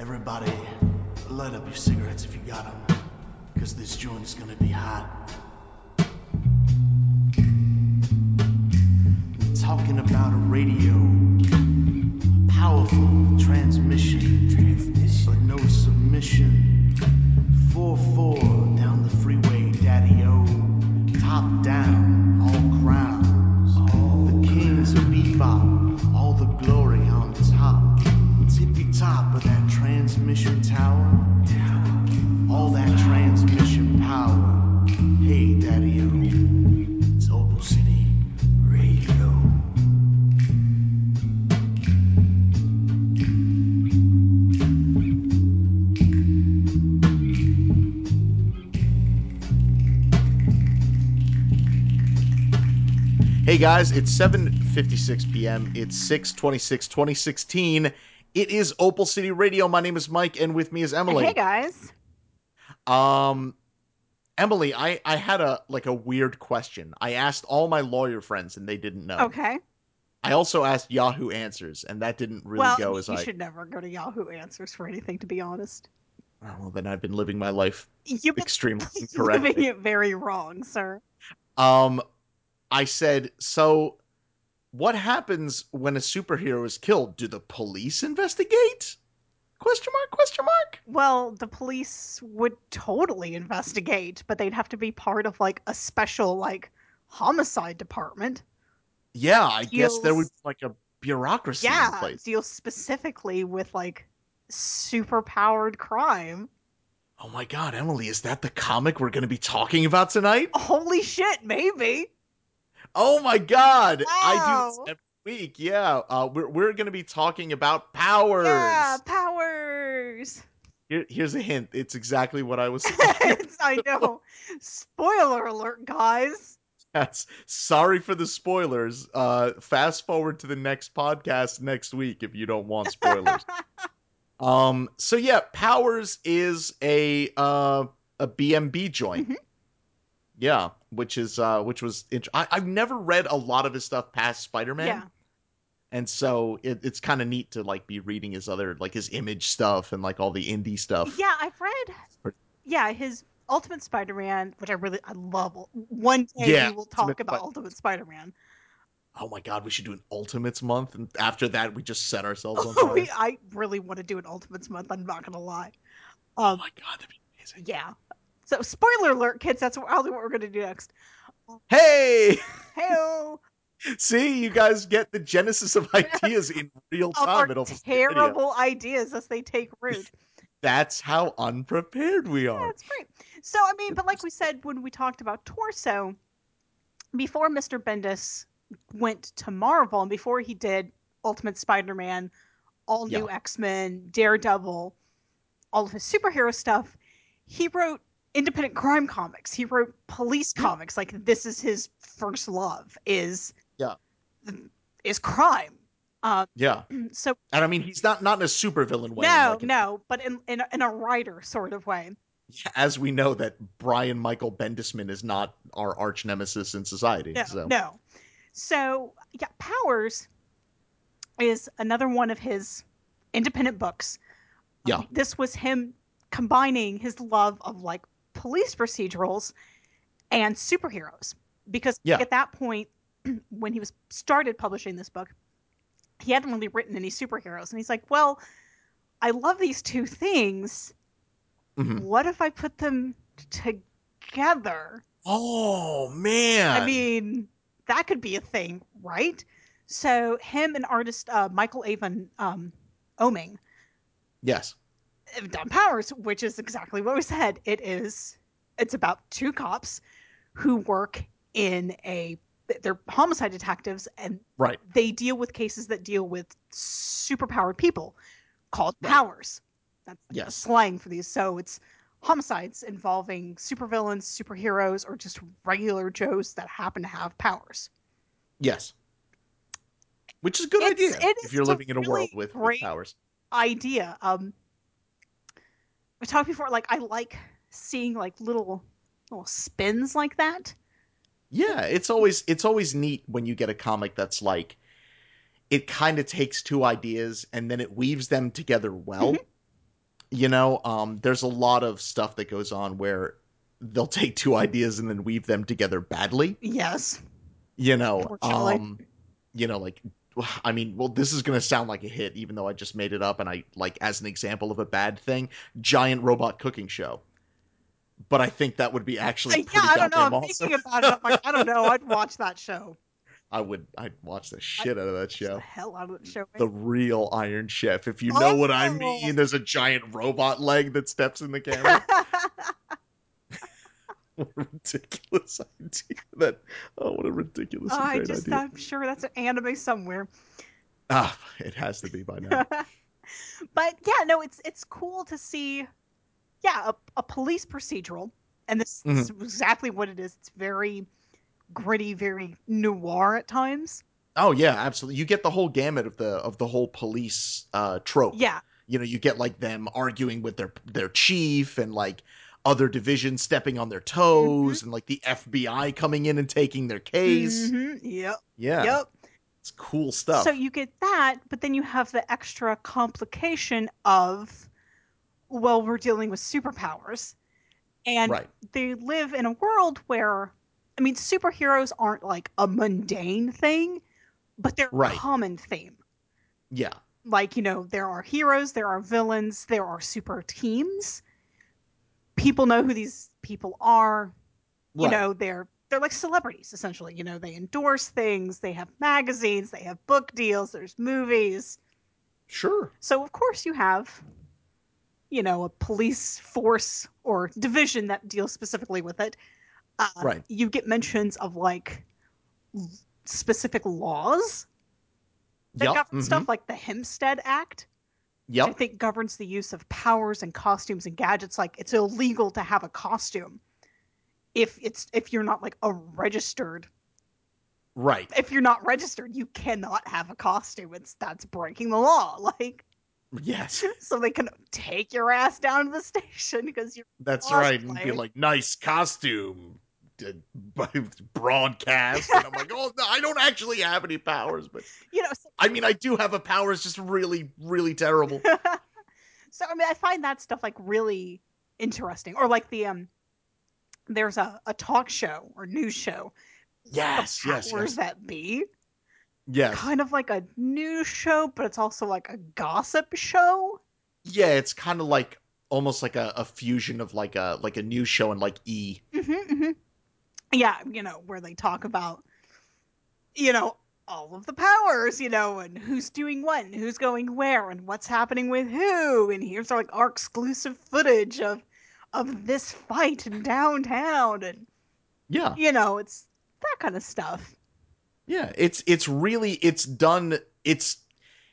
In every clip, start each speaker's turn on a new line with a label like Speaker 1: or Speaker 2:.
Speaker 1: Everybody, light up your cigarettes if you got them, because this joint is gonna be hot. I'm talking about a radio, a powerful transmission, but no submission. 4-4 down the freeway, daddy-o, top down, all crowds. The kings of bebop, all the glory on top. Tippy top of that transmission tower. All that transmission power. Hey, Daddy O. It's Opal City Radio. Hey guys, it's 7:56 p.m. It's 6/26/2016. It is Opal City Radio. My name is Mike and with me is Emily.
Speaker 2: Hey guys.
Speaker 1: Um Emily, I I had a like a weird question. I asked all my lawyer friends and they didn't know.
Speaker 2: Okay.
Speaker 1: I also asked Yahoo Answers and that didn't really
Speaker 2: well,
Speaker 1: go as
Speaker 2: you
Speaker 1: I
Speaker 2: should never go to Yahoo Answers for anything, to be honest.
Speaker 1: Oh, well then I've been living my life
Speaker 2: You've been
Speaker 1: extremely incorrectly.
Speaker 2: living it very wrong, sir.
Speaker 1: Um, I said, so what happens when a superhero is killed? Do the police investigate? Question mark? Question mark?
Speaker 2: Well, the police would totally investigate, but they'd have to be part of like a special like homicide department.
Speaker 1: Yeah, I guess there
Speaker 2: Deals-
Speaker 1: would be like a bureaucracy in
Speaker 2: yeah,
Speaker 1: place.
Speaker 2: deal specifically with like superpowered crime.
Speaker 1: Oh my god, Emily, is that the comic we're going to be talking about tonight?
Speaker 2: Holy shit, maybe.
Speaker 1: Oh my god, I do
Speaker 2: Wow.
Speaker 1: this every week. Yeah, uh, we're we're going to be talking about powers.
Speaker 2: Yeah, powers.
Speaker 1: Here- here's a hint. It's exactly what I was.
Speaker 2: It's- I know. Spoiler alert, guys.
Speaker 1: Yes. Sorry for the spoilers. Uh, fast forward to the next podcast next week if you don't want spoilers. um. So yeah, Powers is a uh a BMB joint.
Speaker 2: Mhm.
Speaker 1: Yeah, which is uh which was int- I I've never read a lot of his stuff past Spider Man.
Speaker 2: Yeah.
Speaker 1: And so it, it's kind of neat to like be reading his other like his image stuff and like all the indie stuff.
Speaker 2: Yeah, I've read.
Speaker 1: Or-
Speaker 2: Yeah, his Ultimate Spider-Man, which I really I love. One day
Speaker 1: Yeah,
Speaker 2: we will talk
Speaker 1: Ultimate
Speaker 2: about
Speaker 1: Spi-
Speaker 2: Ultimate Spider-Man.
Speaker 1: Oh my god, we should do an Ultimates month, and after that we just set ourselves on fire.
Speaker 2: Oh, we, I really want to do an Ultimates month. I'm not gonna lie.
Speaker 1: oh
Speaker 2: Um,
Speaker 1: my god, that'd be amazing.
Speaker 2: yeah. So spoiler alert, kids. That's probably what we're gonna do next.
Speaker 1: Hey.
Speaker 2: Heyo.
Speaker 1: See, you guys get the genesis of ideas in real
Speaker 2: Of
Speaker 1: time.
Speaker 2: our
Speaker 1: It'll video.
Speaker 2: terrible ideas as they take root.
Speaker 1: That's how unprepared we
Speaker 2: Yeah,
Speaker 1: are.
Speaker 2: that's great. So I mean, but like we said when we talked about torso, before Mr. Bendis went to Marvel and before he did Ultimate Spider-Man, all new X-Men, Daredevil, all of his superhero stuff, he wrote independent crime comics. He wrote police comics. Like this is his first love is
Speaker 1: Yeah.
Speaker 2: is crime. Um,
Speaker 1: Yeah,
Speaker 2: so
Speaker 1: and I mean he's not not in a supervillain way.
Speaker 2: no,
Speaker 1: like,
Speaker 2: no, but in, in a- in a writer sort of way.
Speaker 1: As we know that Brian Michael Bendisman is not our arch nemesis in society.
Speaker 2: No,
Speaker 1: so
Speaker 2: no. So yeah, Powers is another one of his independent books. Um,
Speaker 1: Yeah.
Speaker 2: this was him combining his love of like police procedurals and superheroes because
Speaker 1: Yeah.
Speaker 2: at that point when he was started publishing this book he hadn't really written any superheroes and he's like well i love these two things
Speaker 1: Mhm.
Speaker 2: what if i put them together
Speaker 1: Oh man.
Speaker 2: I mean, that could be a thing, right? So him and artist uh, Michael Avon um, Oming
Speaker 1: yes.
Speaker 2: have done Powers, which is exactly what we said. It is. It's about two cops who work in a. They're homicide detectives, and
Speaker 1: Right.
Speaker 2: they deal with cases that deal with superpowered people called
Speaker 1: Right.
Speaker 2: powers. That's like the
Speaker 1: Yes.
Speaker 2: slang for these. So it's homicides involving supervillains, superheroes, or just regular Joes that happen to have powers.
Speaker 1: Yes. Which is a good
Speaker 2: It's-
Speaker 1: idea
Speaker 2: it
Speaker 1: if
Speaker 2: is
Speaker 1: you're
Speaker 2: a
Speaker 1: living in a world
Speaker 2: really
Speaker 1: with, with
Speaker 2: great-
Speaker 1: powers.
Speaker 2: idea. Um, we talked before, like I like seeing like little little spins like that.
Speaker 1: Yeah, it's always it's always neat when you get a comic that's like
Speaker 2: Mm-hmm.
Speaker 1: it kind of takes two ideas and then it weaves them together well. you know um there's a lot of stuff that goes on where they'll take two ideas and then weave them together badly
Speaker 2: Yes.
Speaker 1: you know
Speaker 2: Unfortunately.
Speaker 1: um you know like i mean well this is going to sound like a hit even though i just made it up and i like as an example of a bad thing giant robot cooking show but i think that would be actually
Speaker 2: I-
Speaker 1: pretty
Speaker 2: Uh, yeah, I don't know.
Speaker 1: goddamn
Speaker 2: I'm
Speaker 1: awesome
Speaker 2: thinking about it. I'm like, I don't know. I'd watch that show.
Speaker 1: i would i'd watch the shit out of that
Speaker 2: Watch
Speaker 1: show Mm.
Speaker 2: The hell out of that show.
Speaker 1: the real iron chef if you know what i
Speaker 2: Oh!
Speaker 1: mean there's a giant robot leg that steps in the camera what a ridiculous idea that oh what a ridiculous and
Speaker 2: I
Speaker 1: great
Speaker 2: just,
Speaker 1: idea
Speaker 2: I'm sure that's an anime somewhere.
Speaker 1: ah it has to be by now
Speaker 2: but yeah, no, it's it's cool to see, yeah, a, a police procedural, and this
Speaker 1: Mm-hmm.
Speaker 2: is exactly what it is. It's very gritty, very noir at times.
Speaker 1: Oh yeah, absolutely. You get the whole gamut of the of the whole police uh trope.
Speaker 2: Yeah,
Speaker 1: You know, you get like them arguing with their their chief and like other divisions stepping on their
Speaker 2: Mm-hmm.
Speaker 1: toes and like the FBI coming in and taking their case.
Speaker 2: Mhm, Yep.
Speaker 1: Yeah.
Speaker 2: Yep.
Speaker 1: It's cool stuff.
Speaker 2: So you get that, but then you have the extra complication of, well, we're dealing with superpowers. And
Speaker 1: Right.
Speaker 2: they live in a world where, I mean, superheroes aren't like a mundane thing, but they're
Speaker 1: Right.
Speaker 2: a common theme.
Speaker 1: yeah.
Speaker 2: Like, you know, there are heroes, there are villains, there are super teams. People know who these people are you
Speaker 1: Right.
Speaker 2: know they're they're like celebrities essentially you know they endorse things they have magazines they have book deals there's movies
Speaker 1: Sure.
Speaker 2: so of course you have you know a police force or division that deals specifically with it uh,
Speaker 1: Right.
Speaker 2: you get mentions of like l- specific laws that
Speaker 1: Yep.
Speaker 2: govern
Speaker 1: mhm,
Speaker 2: stuff like the hempstead act which
Speaker 1: Yep.
Speaker 2: i think governs the use of powers and costumes and gadgets like it's illegal to have a costume if it's if you're not like a registered
Speaker 1: Right.
Speaker 2: if you're not registered, you cannot have a costume. It's that's breaking the law. Like
Speaker 1: Yes.
Speaker 2: so they can take your ass down to the station because you're
Speaker 1: That's
Speaker 2: Cosplay.
Speaker 1: right. And be like, nice costume. d- Broadcast, and I'm like, oh, no, I don't actually have any powers, but
Speaker 2: you know so,
Speaker 1: I mean, I do have a power. It's just really, really terrible.
Speaker 2: so I mean I find that stuff like really interesting. Or like the um there's a, a talk show or news show.
Speaker 1: Yes,
Speaker 2: the
Speaker 1: yes,
Speaker 2: powers
Speaker 1: yes.
Speaker 2: that be.
Speaker 1: Yes.
Speaker 2: Kind of like a news show, but it's also like a gossip show.
Speaker 1: Yeah, it's kind of like almost like a, a fusion of like a like a news show and like E.
Speaker 2: hmm hmm Yeah, you know, where they talk about, you know, all of the powers, you know, and who's doing what and who's going where and what's happening with who. And here's like our exclusive footage of of this fight in downtown and
Speaker 1: Yeah.
Speaker 2: you know, it's that kind of stuff.
Speaker 1: Yeah, it's it's really it's done it's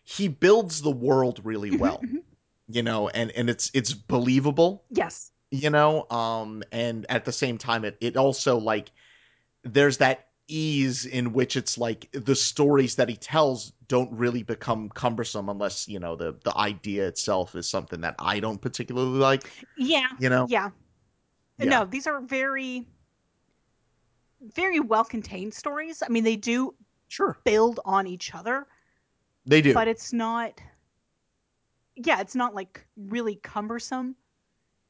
Speaker 1: he builds the world really
Speaker 2: Mhm,
Speaker 1: well.
Speaker 2: mhm.
Speaker 1: You know, and and it's it's believable,
Speaker 2: Yes.
Speaker 1: you know, um and at the same time it it also like there's that ease in which it's like the stories that he tells don't really become cumbersome unless, you know, the the idea itself is something that I don't particularly like,
Speaker 2: Yeah.
Speaker 1: you know.
Speaker 2: Yeah.
Speaker 1: Yeah.
Speaker 2: No, these are very very well contained stories. I mean, they do
Speaker 1: Sure.
Speaker 2: build on each other,
Speaker 1: They do.
Speaker 2: but it's not yeah it's not like really cumbersome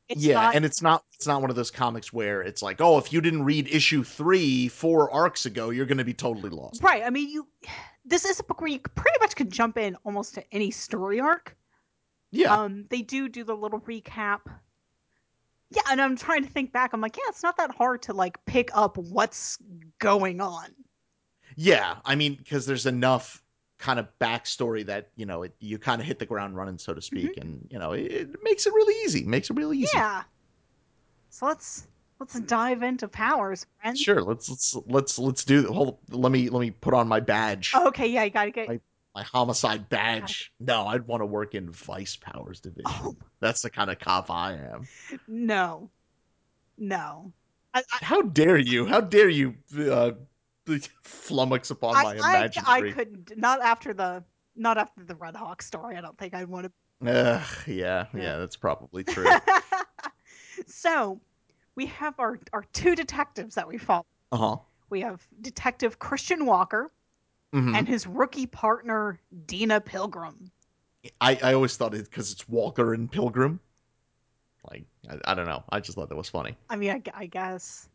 Speaker 2: it's
Speaker 1: yeah,
Speaker 2: not
Speaker 1: and it's not it's not one of those comics where it's like, oh, if you didn't read issue three four arcs ago, you're going to be totally lost.
Speaker 2: right i mean you this is a book where you pretty much can jump in almost to any story arc
Speaker 1: Yeah,
Speaker 2: um they do do the little recap yeah and i'm trying to think back i'm like yeah it's not that hard to like pick up what's going on
Speaker 1: yeah. I mean, because there's enough kind of backstory that you know it, you kind of hit the ground running, so to speak, and you know it, it makes it really easy. Makes it really easy.
Speaker 2: Mm-hmm. yeah so let's let's dive into powers friends
Speaker 1: Sure. Let's let's let's let's do. the Hold. Let me let me put on my badge.
Speaker 2: okay yeah you gotta get
Speaker 1: I- My homicide badge. No, I'd want to work in Vice Powers Division.
Speaker 2: oh
Speaker 1: That's the kind of cop I am.
Speaker 2: no no I, I,
Speaker 1: How dare you? How dare you uh, flummox upon my
Speaker 2: I, I, I
Speaker 1: imaginary?
Speaker 2: couldn't not after the not after the Red Hawk story. I don't think I'd want
Speaker 1: Ugh, yeah, yeah,
Speaker 2: Yeah.
Speaker 1: that's probably true.
Speaker 2: to. so we have our our two detectives that we follow.
Speaker 1: Uh huh.
Speaker 2: We have Detective Christian Walker
Speaker 1: hmm
Speaker 2: and his rookie partner Dina Pilgrim.
Speaker 1: I, I always thought it because it's Walker and Pilgrim. Like I, I don't know. I just thought that was funny.
Speaker 2: I mean, I, gu- I guess.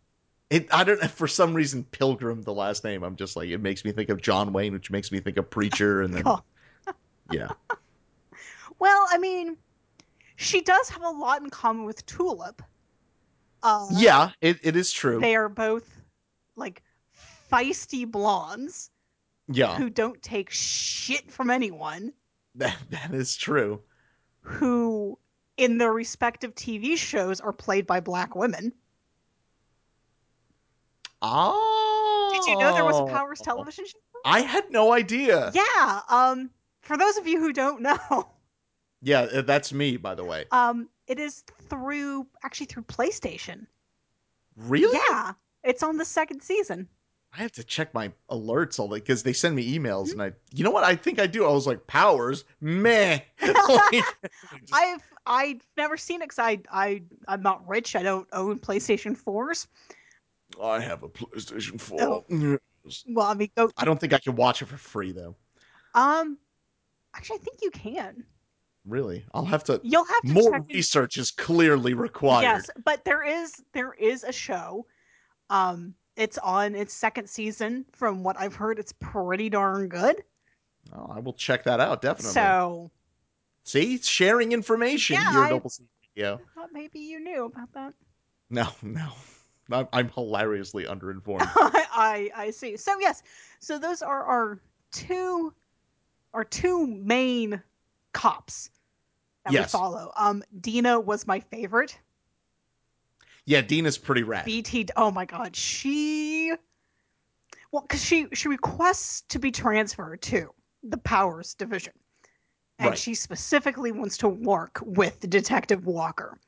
Speaker 1: It I don't for some reason Pilgrim the last name. I'm just like it makes me think of John Wayne, which makes me think of Preacher, and then
Speaker 2: Oh.
Speaker 1: yeah,
Speaker 2: Well, I mean, she does have a lot in common with Tulip. Uh,
Speaker 1: yeah, it, it is true.
Speaker 2: They are both like feisty blondes
Speaker 1: yeah,
Speaker 2: who don't take shit from anyone.
Speaker 1: that, that is true.
Speaker 2: Who, in their respective TV shows, are played by black women.
Speaker 1: Oh,
Speaker 2: Did you know there was a Powers television show?
Speaker 1: I had no idea.
Speaker 2: Yeah. Um, for those of you who don't know,
Speaker 1: Yeah, uh, that's me, by the way.
Speaker 2: um, it is through actually through PlayStation.
Speaker 1: Really?
Speaker 2: Yeah, it's on the second season. I
Speaker 1: I have to check my alerts all day because they send me emails,
Speaker 2: Mm-hmm.
Speaker 1: and I, you know what? I think I do. I was like, Powers, meh. Like,
Speaker 2: I've I've never seen it because I I I'm not rich. I don't own PlayStation fours.
Speaker 1: I have a PlayStation Four.
Speaker 2: Well, I mean, go
Speaker 1: I don't think I can watch it for free though.
Speaker 2: um. Actually, I think you can.
Speaker 1: Really, I'll have to.
Speaker 2: You'll have to
Speaker 1: More
Speaker 2: check. in-
Speaker 1: research is clearly required.
Speaker 2: Yes, but there is there is a show. Um, it's on its second season. From what I've heard, it's pretty darn good.
Speaker 1: Oh, I will check that out definitely.
Speaker 2: So
Speaker 1: See, sharing information
Speaker 2: Yeah,
Speaker 1: here
Speaker 2: I-
Speaker 1: at Double C Radio.
Speaker 2: I thought maybe you knew about that.
Speaker 1: No, no, I'm, I'm hilariously underinformed.
Speaker 2: I, I I see. So yes, so those are our two our two main cops that
Speaker 1: Yes.
Speaker 2: we follow. Um, Dina was my favorite.
Speaker 1: yeah, Dina's pretty rad.
Speaker 2: BT. Oh my God, she. Well, because she she requests to be transferred to the Powers Division, and
Speaker 1: Right.
Speaker 2: she specifically wants to work with Detective Walker.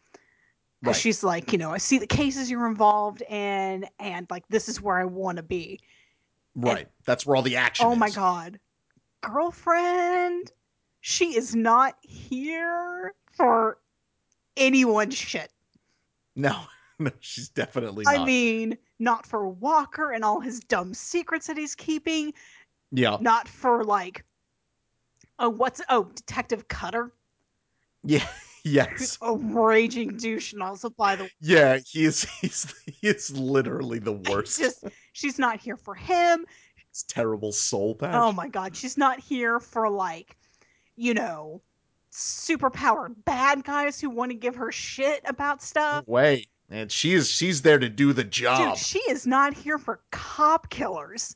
Speaker 2: 'Cause
Speaker 1: Right.
Speaker 2: she's like, you know, I see the cases you're involved in, and like this is where I want to be.
Speaker 1: right, that's where all the action.
Speaker 2: Oh my
Speaker 1: is.
Speaker 2: god. Girlfriend, she is not here for anyone's shit.
Speaker 1: No, no, she's definitely. Not.
Speaker 2: I mean, not for Walker and all his dumb secrets that he's keeping,
Speaker 1: yeah,
Speaker 2: not for like oh what's oh Detective Cutter,
Speaker 1: yeah,
Speaker 2: who's
Speaker 1: yes,
Speaker 2: a raging douche and also by the way
Speaker 1: yeah. He is. He's. He is literally the worst.
Speaker 2: just she's not here for him.
Speaker 1: It's terrible soul patch.
Speaker 2: Oh my god, she's not here for like, you know, superpowered bad guys who want to give her shit about stuff.
Speaker 1: No way. And she is. She's there to do the
Speaker 2: Uh, Dude,
Speaker 1: job.
Speaker 2: she is not here for cop killers.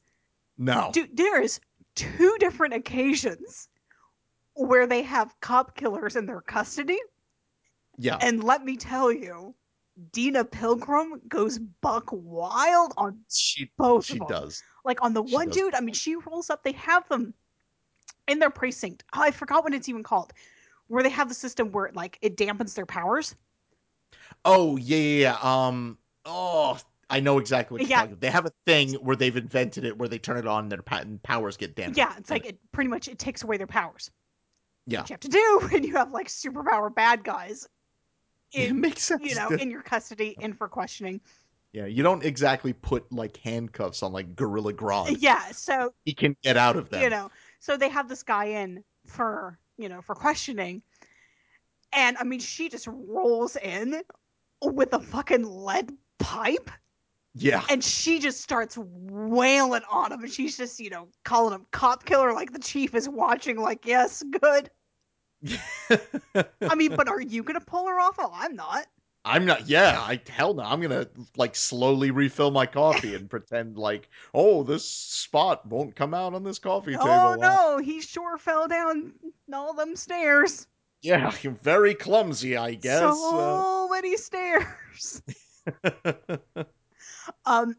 Speaker 1: no.
Speaker 2: Dude, there is two different occasions where they have cop killers in their custody,
Speaker 1: yeah.
Speaker 2: and let me tell you, Dina Pilgrim goes buck wild on
Speaker 1: She.
Speaker 2: both.
Speaker 1: She
Speaker 2: of them.
Speaker 1: does.
Speaker 2: Like on the
Speaker 1: She
Speaker 2: one
Speaker 1: does.
Speaker 2: dude, I mean, she rolls up. They have them in their precinct. Oh, I forgot what it's even called, where they have the system where it, like it dampens their powers.
Speaker 1: Oh yeah, yeah, yeah. Um. Oh, I know exactly what you're
Speaker 2: Yeah.
Speaker 1: talking about. They have a thing where they've invented it, where they turn it on, and their patent powers get damaged.
Speaker 2: Yeah, it's like it pretty much it takes away their powers.
Speaker 1: Yeah.
Speaker 2: What you have to do when you have like superpower bad guys
Speaker 1: it
Speaker 2: in
Speaker 1: makes sense.
Speaker 2: you know, in your custody and for questioning.
Speaker 1: yeah, you don't exactly put like handcuffs on like Gorilla Grodd.
Speaker 2: Yeah, so
Speaker 1: He can get out of them.
Speaker 2: you know, so they have this guy in for you know for questioning, and I mean she just rolls in with a fucking lead pipe,
Speaker 1: Yeah.
Speaker 2: and she just starts wailing on him, and she's just you know calling him cop killer like the chief is watching, like yes, good. I mean, but are you gonna pull her off? Oh, I'm not.
Speaker 1: I'm not. Yeah, I hell no. I'm gonna like slowly refill my coffee and pretend like, oh, this spot won't come out on this coffee table.
Speaker 2: Oh
Speaker 1: Uh,
Speaker 2: no, he sure fell down all them stairs.
Speaker 1: Yeah, very clumsy, I guess. uh,
Speaker 2: So many stairs. um,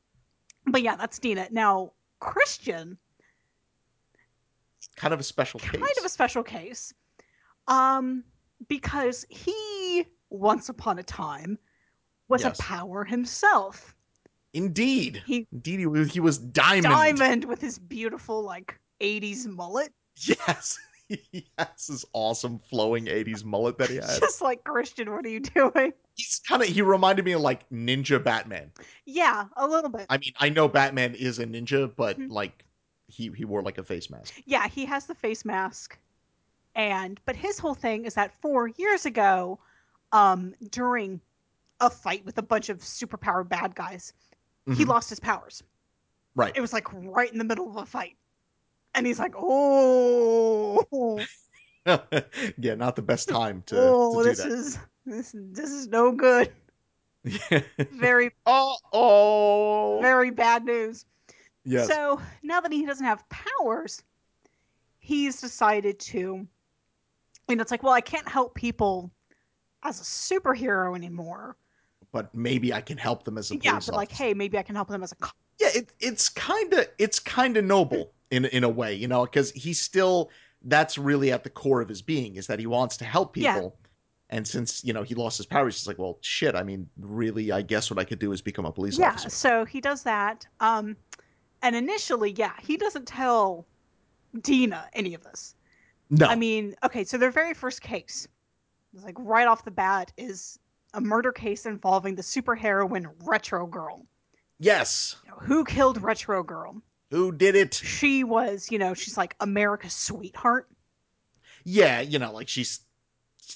Speaker 2: but yeah, that's Dina. Now Christian,
Speaker 1: kind of a special case.
Speaker 2: kind of a special case, um, because he once upon a time was
Speaker 1: Yes.
Speaker 2: a power himself.
Speaker 1: Indeed.
Speaker 2: He
Speaker 1: Indeed, he was, he was diamond.
Speaker 2: diamond with his beautiful like '80s mullet,
Speaker 1: Yes. yes, his awesome flowing 80s mullet that he had.
Speaker 2: just like Christian. What are you doing?
Speaker 1: He's kind of, he reminded me of like Ninja Batman.
Speaker 2: Yeah, a little bit.
Speaker 1: I mean, I know Batman is a ninja, but
Speaker 2: Mhm.
Speaker 1: like, he, he wore like a face mask.
Speaker 2: yeah, he has the face mask. And but his whole thing is that 4 years ago um, during a fight with a bunch of superpowered bad guys. He
Speaker 1: Mhm.
Speaker 2: lost his powers.
Speaker 1: Right.
Speaker 2: It was like right in the middle of a fight. And he's like, oh,
Speaker 1: yeah, not the best time to,
Speaker 2: oh,
Speaker 1: to do
Speaker 2: this is this, this is no good.
Speaker 1: that.
Speaker 2: Very,
Speaker 1: oh, oh.
Speaker 2: very bad news.
Speaker 1: yes.
Speaker 2: So now that he doesn't have powers, he's decided to, you know, it's like, well, I can't help people as a superhero anymore.
Speaker 1: but maybe I can help them as a police
Speaker 2: Yeah, but like,
Speaker 1: officer.
Speaker 2: hey, maybe I can help them as a cop.
Speaker 1: yeah it, it's kind of it's kind of noble in in a way you know because he's still that's really at the core of his being is that he wants to help
Speaker 2: Yeah.
Speaker 1: people and since you know he lost his powers he's like well shit i mean really i guess what i could do is become a police
Speaker 2: yeah,
Speaker 1: officer
Speaker 2: so he does that. Um, and initially, yeah, he doesn't tell Dina any of this.
Speaker 1: no
Speaker 2: I mean, okay, so their very first case, it's like right off the bat, is a murder case involving the superheroine Retro Girl.
Speaker 1: yes
Speaker 2: You know, who killed Retro Girl?
Speaker 1: who did it
Speaker 2: She was, you know, she's like America's sweetheart.
Speaker 1: yeah you know like she's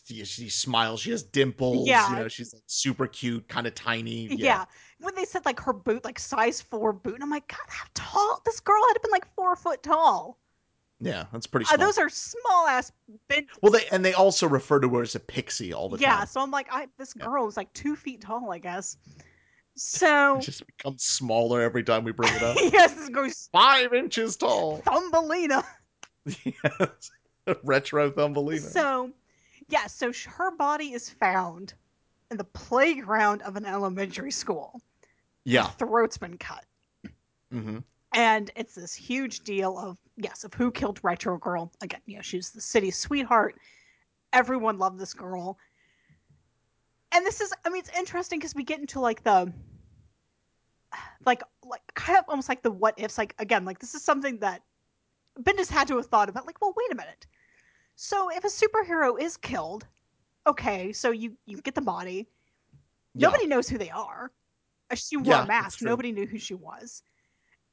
Speaker 1: she, she smiles she has dimples
Speaker 2: Yeah.
Speaker 1: you know she's like super cute kind of tiny
Speaker 2: Yeah.
Speaker 1: yeah
Speaker 2: When they said like her boot, like size four boot, and I'm like, God, how tall? This girl had to been like four foot tall.
Speaker 1: yeah that's pretty
Speaker 2: Uh,
Speaker 1: small.
Speaker 2: those are small ass bent
Speaker 1: well they and they also refer to her as a pixie all the
Speaker 2: yeah
Speaker 1: time
Speaker 2: so i'm like i this
Speaker 1: Yeah.
Speaker 2: girl is like two feet tall i guess so
Speaker 1: it just becomes smaller every time we bring it up
Speaker 2: yes this goes
Speaker 1: five inches tall.
Speaker 2: thumbelina
Speaker 1: yes. Retro Thumbelina.
Speaker 2: so yeah so sh- her body is found in the playground of an elementary school
Speaker 1: yeah.
Speaker 2: throat's been cut
Speaker 1: hmm
Speaker 2: and it's this huge deal of yes of who killed retro girl again you know she's the city's sweetheart everyone loved this girl and this is i mean it's interesting because we get into like the like like kind of almost like the what ifs like again like this is something that bendis had to have thought about like well wait a minute so if a superhero is killed okay so you you get the body Nobody knows who they are. Uh, She wore
Speaker 1: Yeah,
Speaker 2: a
Speaker 1: that's
Speaker 2: mask.
Speaker 1: true.
Speaker 2: Nobody knew who she was.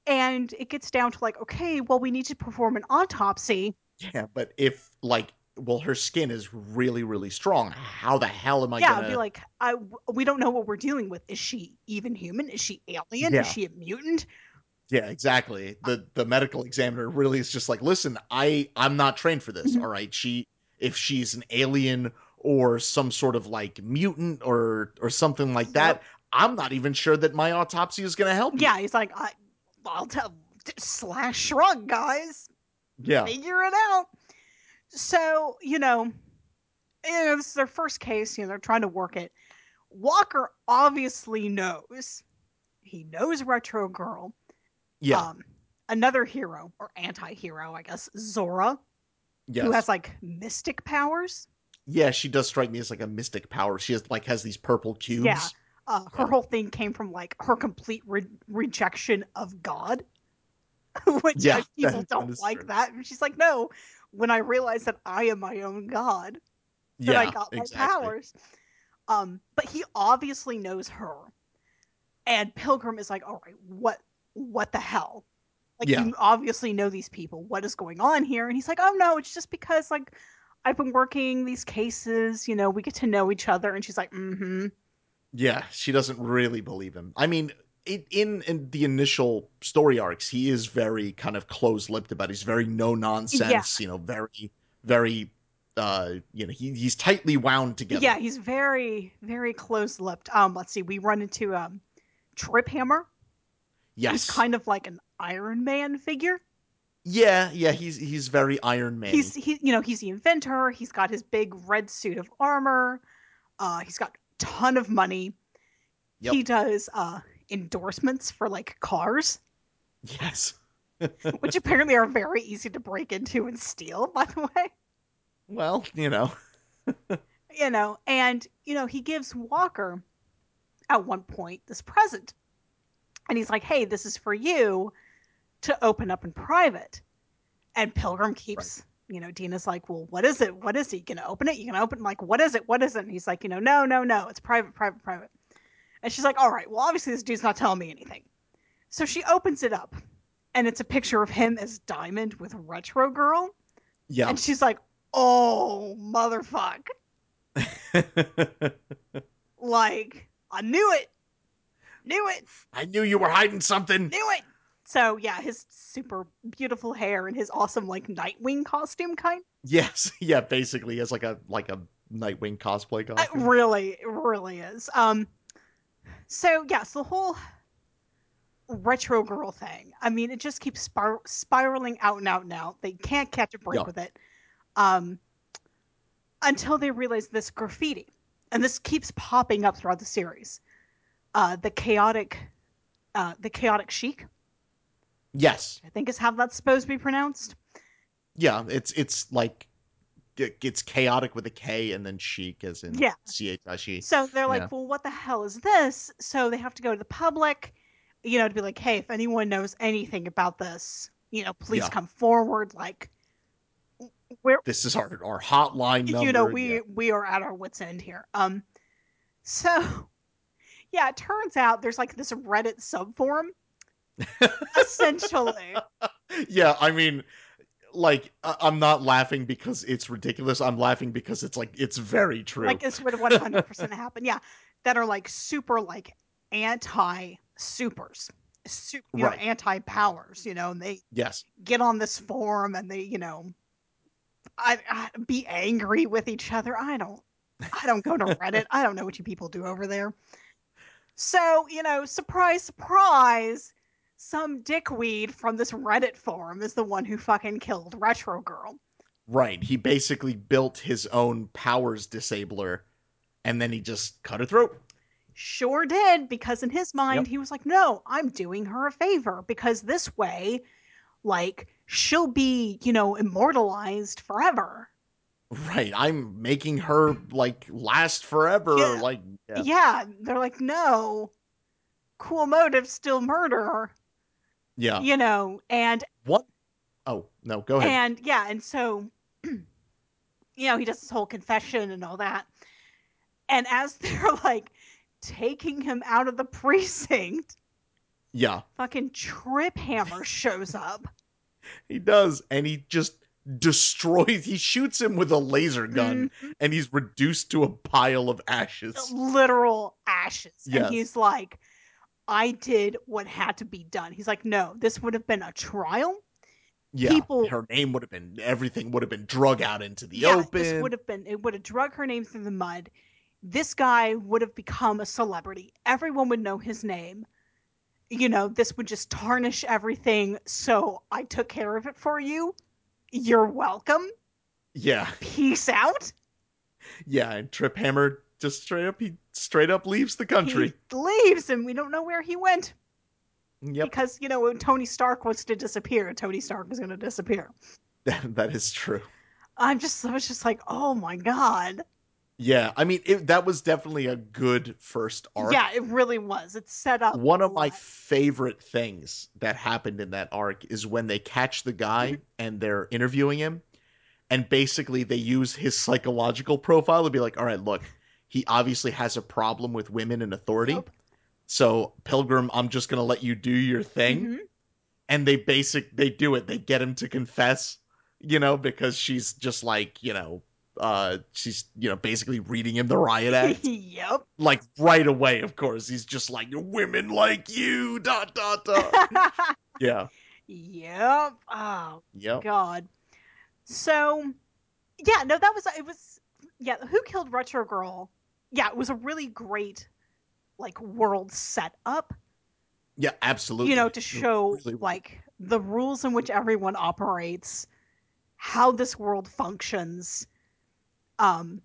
Speaker 2: And it gets down to like, okay, well, we need to perform an autopsy.
Speaker 1: Yeah. yeah, but if like, well, her skin is really, really strong. How the hell am I
Speaker 2: yeah,
Speaker 1: gonna?
Speaker 2: be like, I, we don't know what we're dealing with. Is she even human? Is she alien?
Speaker 1: Yeah.
Speaker 2: Is she a mutant?
Speaker 1: yeah, exactly. The the medical examiner really is just like, listen, I I'm not trained for this.
Speaker 2: Mhm.
Speaker 1: all right, she if she's an alien or some sort of like mutant or or something like that,
Speaker 2: Yep.
Speaker 1: I'm not even sure that my autopsy is gonna help. you."
Speaker 2: Yeah, he's like, I, I'll tell. Slash shrug, guys.
Speaker 1: yeah,
Speaker 2: Figure it out. So you know, you know, this is their first case. You know, they're trying to work it. Walker obviously knows. He knows Retro Girl.
Speaker 1: yeah,
Speaker 2: um, another hero or anti-hero, I guess, Zora,
Speaker 1: yes.
Speaker 2: who has like mystic powers.
Speaker 1: Yeah, she does strike me as like a mystic power. She has like has these purple cubes.
Speaker 2: Yeah. Uh, her
Speaker 1: Yeah.
Speaker 2: whole thing came from like her complete re- rejection of God, which
Speaker 1: Yeah,
Speaker 2: uh, people
Speaker 1: that-
Speaker 2: don't
Speaker 1: that is
Speaker 2: like
Speaker 1: true.
Speaker 2: that. And she's like, no, when I realized that I am my own God, that
Speaker 1: yeah,
Speaker 2: I got my
Speaker 1: exactly.
Speaker 2: powers. Um, but he obviously knows her, and Pilgrim is like, all right, what, what the hell? Like
Speaker 1: Yeah.
Speaker 2: you obviously know these people. What is going on here? And he's like, oh no, it's just because like I've been working these cases. You know, we get to know each other. And she's like, mm-hmm.
Speaker 1: Yeah, she doesn't really believe him. I mean, it, in in the initial story arcs, he is very kind of closed-lipped about. It. He's very no nonsense. You know, very very. Uh, you know, he, he's tightly wound together.
Speaker 2: Yeah, he's very, very close-lipped. Um, let's see, we run into um, Trip Hammer.
Speaker 1: Yes.
Speaker 2: He's kind of like an Iron Man figure.
Speaker 1: yeah. Yeah. He's he's very Iron Man.
Speaker 2: he's he you know he's the inventor he's got his big red suit of armor uh he's got a ton of money
Speaker 1: Yep.
Speaker 2: he does uh endorsements for like cars
Speaker 1: yes.
Speaker 2: which apparently are very easy to break into and steal by the way
Speaker 1: Well, you know.
Speaker 2: you know and you know he gives walker at one point this present and he's like hey this is for you to open up in private and pilgrim keeps you know dina's like well what is it what is it you gonna open it you gonna open like what is it what is it and he's like you know no no no it's private private private and she's like all right well obviously this dude's not telling me anything so she opens it up and it's a picture of him as diamond with retro girl
Speaker 1: Yeah.
Speaker 2: and she's like oh motherfuck Like, I knew it. Knew it.
Speaker 1: I knew you were hiding something.
Speaker 2: Knew it. So yeah, his super beautiful hair and his awesome like Nightwing costume kind.
Speaker 1: Yes, yeah, basically as like a like a Nightwing cosplay
Speaker 2: It
Speaker 1: costume.
Speaker 2: really, it really is. Um, so yes, the whole retro girl thing. I mean, it just keeps spir- spiraling out and out and out. They can't catch a break
Speaker 1: Yeah.
Speaker 2: with it, um, until they realize this graffiti, and this keeps popping up throughout the series. Uh, the chaotic, uh, the chaotic chic.
Speaker 1: Yes,
Speaker 2: I think is how that's supposed to be pronounced.
Speaker 1: yeah, it's it's like it- it's chaotic with a K and then chic as in
Speaker 2: Yeah.
Speaker 1: C H I C.
Speaker 2: So they're like,
Speaker 1: Yeah.
Speaker 2: well, what the hell is this? So they have to go to the public, you know, to be like, hey, if anyone knows anything about this, you know, please
Speaker 1: Yeah.
Speaker 2: come forward. Like, we're,
Speaker 1: This is our our hotline number.
Speaker 2: you know, we
Speaker 1: yeah.
Speaker 2: we are at our wits end here. Um, so yeah, it turns out there's like this Reddit subforum, essentially.
Speaker 1: yeah i mean like I- i'm not laughing because it's ridiculous i'm laughing because it's like it's very true
Speaker 2: Like this would 100% happen. Yeah. That are like super like anti supers, super, you
Speaker 1: Right.
Speaker 2: know, anti powers, you know, and they
Speaker 1: yes
Speaker 2: get on this forum and they, you know, I, I be angry with each other. I don't, I don't go to Reddit. I don't know what you people do over there. So you know, surprise, surprise, some dickweed from this Reddit forum is the one who fucking killed Retro Girl.
Speaker 1: right he basically built his own powers disabler and then he just cut her throat
Speaker 2: Sure did, because in his mind, he was like, no, I'm doing her a favor because this way, like, she'll be, you know, immortalized forever.
Speaker 1: right i'm making her like last forever
Speaker 2: Yeah.
Speaker 1: like yeah.
Speaker 2: yeah, they're like, no, cool motive, still murder,
Speaker 1: yeah
Speaker 2: you know, and
Speaker 1: what oh no Oh. go ahead
Speaker 2: and yeah, and so, you know, he does this whole confession and all that, and as they're like taking him out of the precinct,
Speaker 1: yeah
Speaker 2: fucking Trip Hammer shows up,
Speaker 1: he does and he just destroys he shoots him with a laser
Speaker 2: Mm,
Speaker 1: gun and he's reduced to a pile of ashes
Speaker 2: literal ashes,
Speaker 1: Yes.
Speaker 2: and he's like. I did what had to be done. He's like, no, this would have been a trial.
Speaker 1: yeah,
Speaker 2: people-
Speaker 1: her name would have been everything would have been drug out into the open.
Speaker 2: This would have been it would have drug her name through the mud. This guy would have become a celebrity. Everyone would know his name. You know, this would just tarnish everything. So I took care of it for you. You're welcome.
Speaker 1: yeah,
Speaker 2: Peace out.
Speaker 1: yeah, and Trip Hammer just straight up he straight up leaves the country.
Speaker 2: He leaves and we don't know where he went
Speaker 1: yep,
Speaker 2: because, you know, when Tony Stark wants to disappear, Tony Stark is going to disappear.
Speaker 1: that, that is true.
Speaker 2: I'm just, I was just like, oh my God.
Speaker 1: Yeah, I mean it, that was definitely a good first arc.
Speaker 2: Yeah, it really was. It's set up.
Speaker 1: One of my
Speaker 2: a lot.
Speaker 1: favorite things that happened in that arc is when they catch the guy and they're interviewing him, and basically they use his psychological profile to be like, all right, look, he obviously has a problem with women and authority.
Speaker 2: Yep.
Speaker 1: So, Pilgrim, I'm just going to let you do your thing.
Speaker 2: Mhm.
Speaker 1: And they basic they do it. They get him to confess, you know, because she's just like, you know, uh she's, you know, basically reading him the riot
Speaker 2: Mm-hmm.
Speaker 1: act
Speaker 2: yep.
Speaker 1: like right away, of course. He's just like women like you, dot dot dot. yeah.
Speaker 2: Yep. Oh
Speaker 1: Yep.
Speaker 2: God. So, yeah. No, that was it. Was yeah. Who killed Retro Girl? Yeah, it was a really great like world setup.
Speaker 1: Yeah, absolutely.
Speaker 2: You know, to show
Speaker 1: Really-
Speaker 2: like the rules in which everyone operates, how this world functions. Um,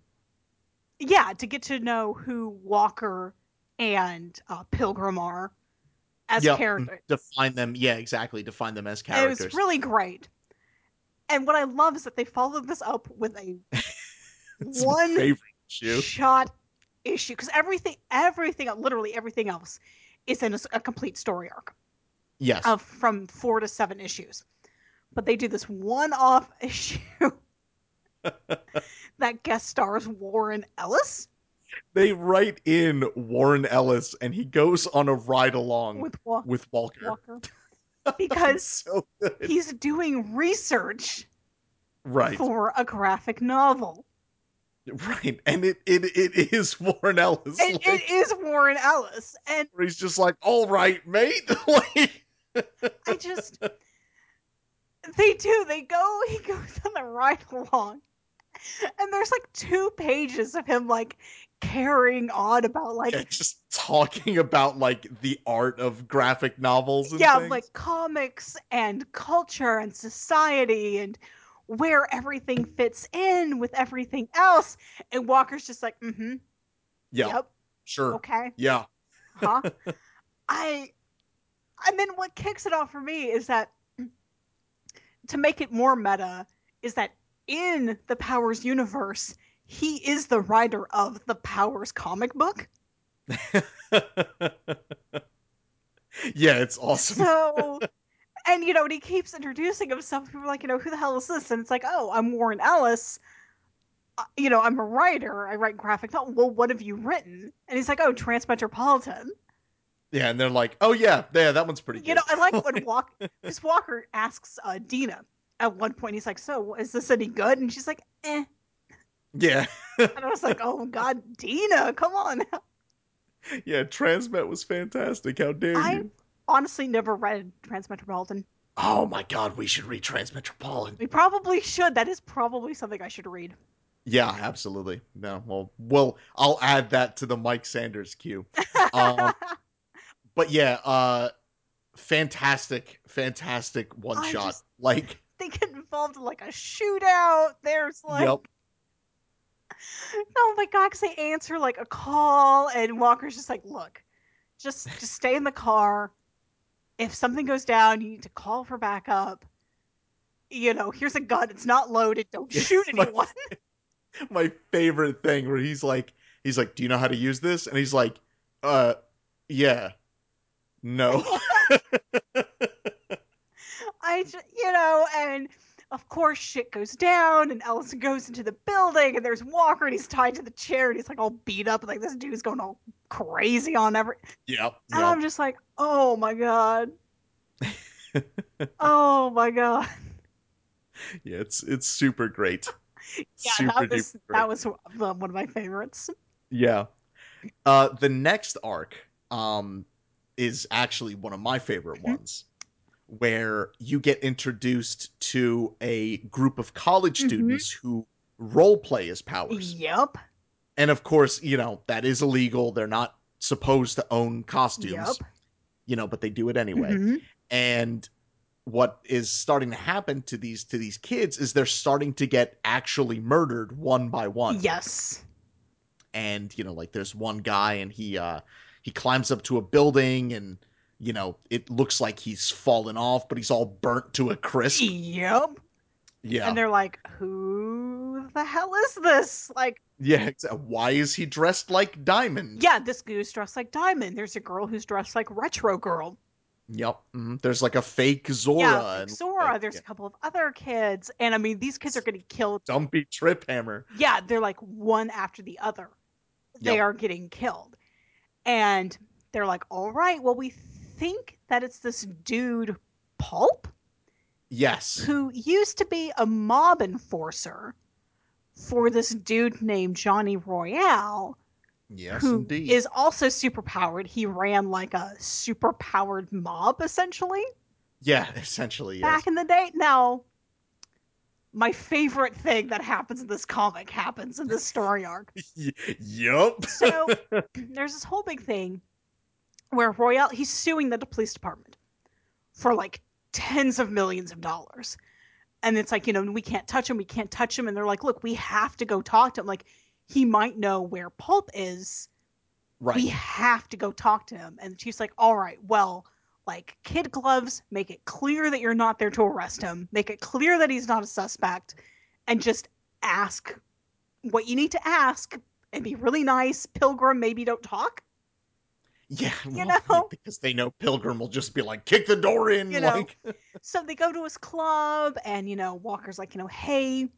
Speaker 2: yeah, to get to know who Walker and uh, Pilgrim are as
Speaker 1: Yep.
Speaker 2: characters.
Speaker 1: define them. Yeah, exactly. Define them as
Speaker 2: It
Speaker 1: characters.
Speaker 2: was really great. And what I love is that they followed this up with a
Speaker 1: It's my
Speaker 2: one
Speaker 1: favorite issue.
Speaker 2: shot issue because everything, everything, literally everything else, is in a, s- a complete story arc
Speaker 1: Yes.
Speaker 2: of from four to seven issues. But they do this one-off issue that guest stars Warren Ellis
Speaker 1: they write in Warren Ellis and he goes on a ride along with,
Speaker 2: with Wa-
Speaker 1: Walker.
Speaker 2: Walker because
Speaker 1: So good.
Speaker 2: he's doing research
Speaker 1: Right.
Speaker 2: for a graphic novel.
Speaker 1: Right. And it it, it is Warren Ellis.
Speaker 2: And
Speaker 1: like,
Speaker 2: it is Warren Ellis. And
Speaker 1: where he's just like, all right, mate. like,
Speaker 2: I just they do. They go. He goes on the ride along, and there's like two pages of him like carrying on about like
Speaker 1: yeah, just talking about like the art of graphic novels and
Speaker 2: yeah
Speaker 1: things.
Speaker 2: like comics and culture and society and where everything fits in with everything else. And Walker's just like, mm-hmm,
Speaker 1: yeah,
Speaker 2: yep,
Speaker 1: sure.
Speaker 2: okay,
Speaker 1: Yeah.
Speaker 2: huh? I and then what kicks it off for me is that to make it more meta is that in the Powers universe, he is the writer of the Powers comic book.
Speaker 1: yeah, it's awesome.
Speaker 2: So and you know, and he keeps introducing himself. People are like, you know, who the hell is this? And it's like, oh, I'm Warren Ellis. Uh, You know, I'm a writer. I write graphic novel. Well, what have you written? And he's like, oh, Transmetropolitan.
Speaker 1: Yeah, and they're like, oh yeah, yeah, that one's pretty good.
Speaker 2: You know, I like when Walk because Walker asks uh, Dina at one point. He's like, "So is this any good?" And she's like, "Eh."
Speaker 1: yeah.
Speaker 2: And I was like, "Oh God, Dina, come on!"
Speaker 1: Yeah, Transmet was fantastic. How dare
Speaker 2: I-
Speaker 1: you?
Speaker 2: Honestly, never read Transmetropolitan.
Speaker 1: Oh my god, we should read Transmetropolitan.
Speaker 2: We probably should. That is probably something I should read.
Speaker 1: Yeah, absolutely. No, well, well, I'll add that to the Mike Sanders queue. Um, but yeah, uh fantastic, fantastic one
Speaker 2: I
Speaker 1: shot.
Speaker 2: just-
Speaker 1: Like,
Speaker 2: they get involved in like a shootout. There's like,
Speaker 1: yep,
Speaker 2: oh my God, 'cause they answer like a call, and Walker's just like, "Look, just just stay in the car. If something goes down, you need to call for backup." You know, here's a gun. It's not loaded. Don't
Speaker 1: Yeah,
Speaker 2: shoot
Speaker 1: my-
Speaker 2: anyone.
Speaker 1: my favorite thing where he's like, he's like, "Do you know how to use this?" And he's like, "Uh, yeah, no."
Speaker 2: I just, you know, and of course shit goes down, and Ellison goes into the building, and there's Walker, and he's tied to the chair, and he's like all beat up, and like this dude's going all crazy on every.
Speaker 1: yep,
Speaker 2: And
Speaker 1: yep.
Speaker 2: I'm just like, oh my god, oh my god,
Speaker 1: yeah, it's it's super great.
Speaker 2: yeah,
Speaker 1: super
Speaker 2: that was
Speaker 1: duper great.
Speaker 2: that was uh, one of my favorites.
Speaker 1: Yeah. Uh, the next arc um, is actually one of my favorite
Speaker 2: Mm-hmm.
Speaker 1: ones, where you get introduced to a group of college
Speaker 2: Mhm.
Speaker 1: students who role play as powers.
Speaker 2: Yep,
Speaker 1: And of course, you know, that is illegal. They're not supposed to own costumes,
Speaker 2: yep,
Speaker 1: you know, but they do it anyway.
Speaker 2: Mhm.
Speaker 1: And what is starting to happen to these to these kids is they're starting to get actually murdered one by one
Speaker 2: yes,
Speaker 1: and you know like there's one guy and he uh he climbs up to a building and you know it looks like he's fallen off but he's all burnt to a crisp
Speaker 2: yep.
Speaker 1: yeah
Speaker 2: And they're like, who the hell is this? Like.
Speaker 1: yeah exa- why is he dressed like diamond
Speaker 2: Yeah, this who's dressed like Diamond. There's a girl who's dressed like Retro Girl.
Speaker 1: yep hmm there's like a fake zora
Speaker 2: yeah, like
Speaker 1: and
Speaker 2: Sora.
Speaker 1: like,
Speaker 2: There's
Speaker 1: yeah,
Speaker 2: a couple of other kids, and I mean, these kids are getting killed.
Speaker 1: dumpy trip hammer
Speaker 2: Yeah, they're like one after the other. They
Speaker 1: Yep.
Speaker 2: are getting killed, and they're like, "All right, well, we think that it's this dude Pulp
Speaker 1: yes
Speaker 2: who used to be a mob enforcer for this dude named Johnny Royale."
Speaker 1: yes
Speaker 2: who
Speaker 1: indeed
Speaker 2: is also super powered. He ran like a super powered mob essentially
Speaker 1: yeah essentially yes.
Speaker 2: back in the day. Now, my favorite thing that happens in this comic happens in this story arc.
Speaker 1: Y- yup
Speaker 2: So there's this whole big thing where Royale he's suing the police department for like tens of millions of dollars. And it's like, you know, we can't touch him, we can't touch him. And they're like, look, we have to go talk to him. Like, he might know where Pulp is we
Speaker 1: right
Speaker 2: have to go talk to him. And the chief's like, all right, well, like kid gloves, make it clear that you're not there to arrest him, make it clear that he's not a suspect, and just ask what you need to ask and be really nice. Pilgrim, maybe don't talk.
Speaker 1: yeah well,
Speaker 2: know?
Speaker 1: because they know pilgrim will just be like kick the door in
Speaker 2: You know?
Speaker 1: like
Speaker 2: So they go to his club, and you know, Walker's like, you know, hey,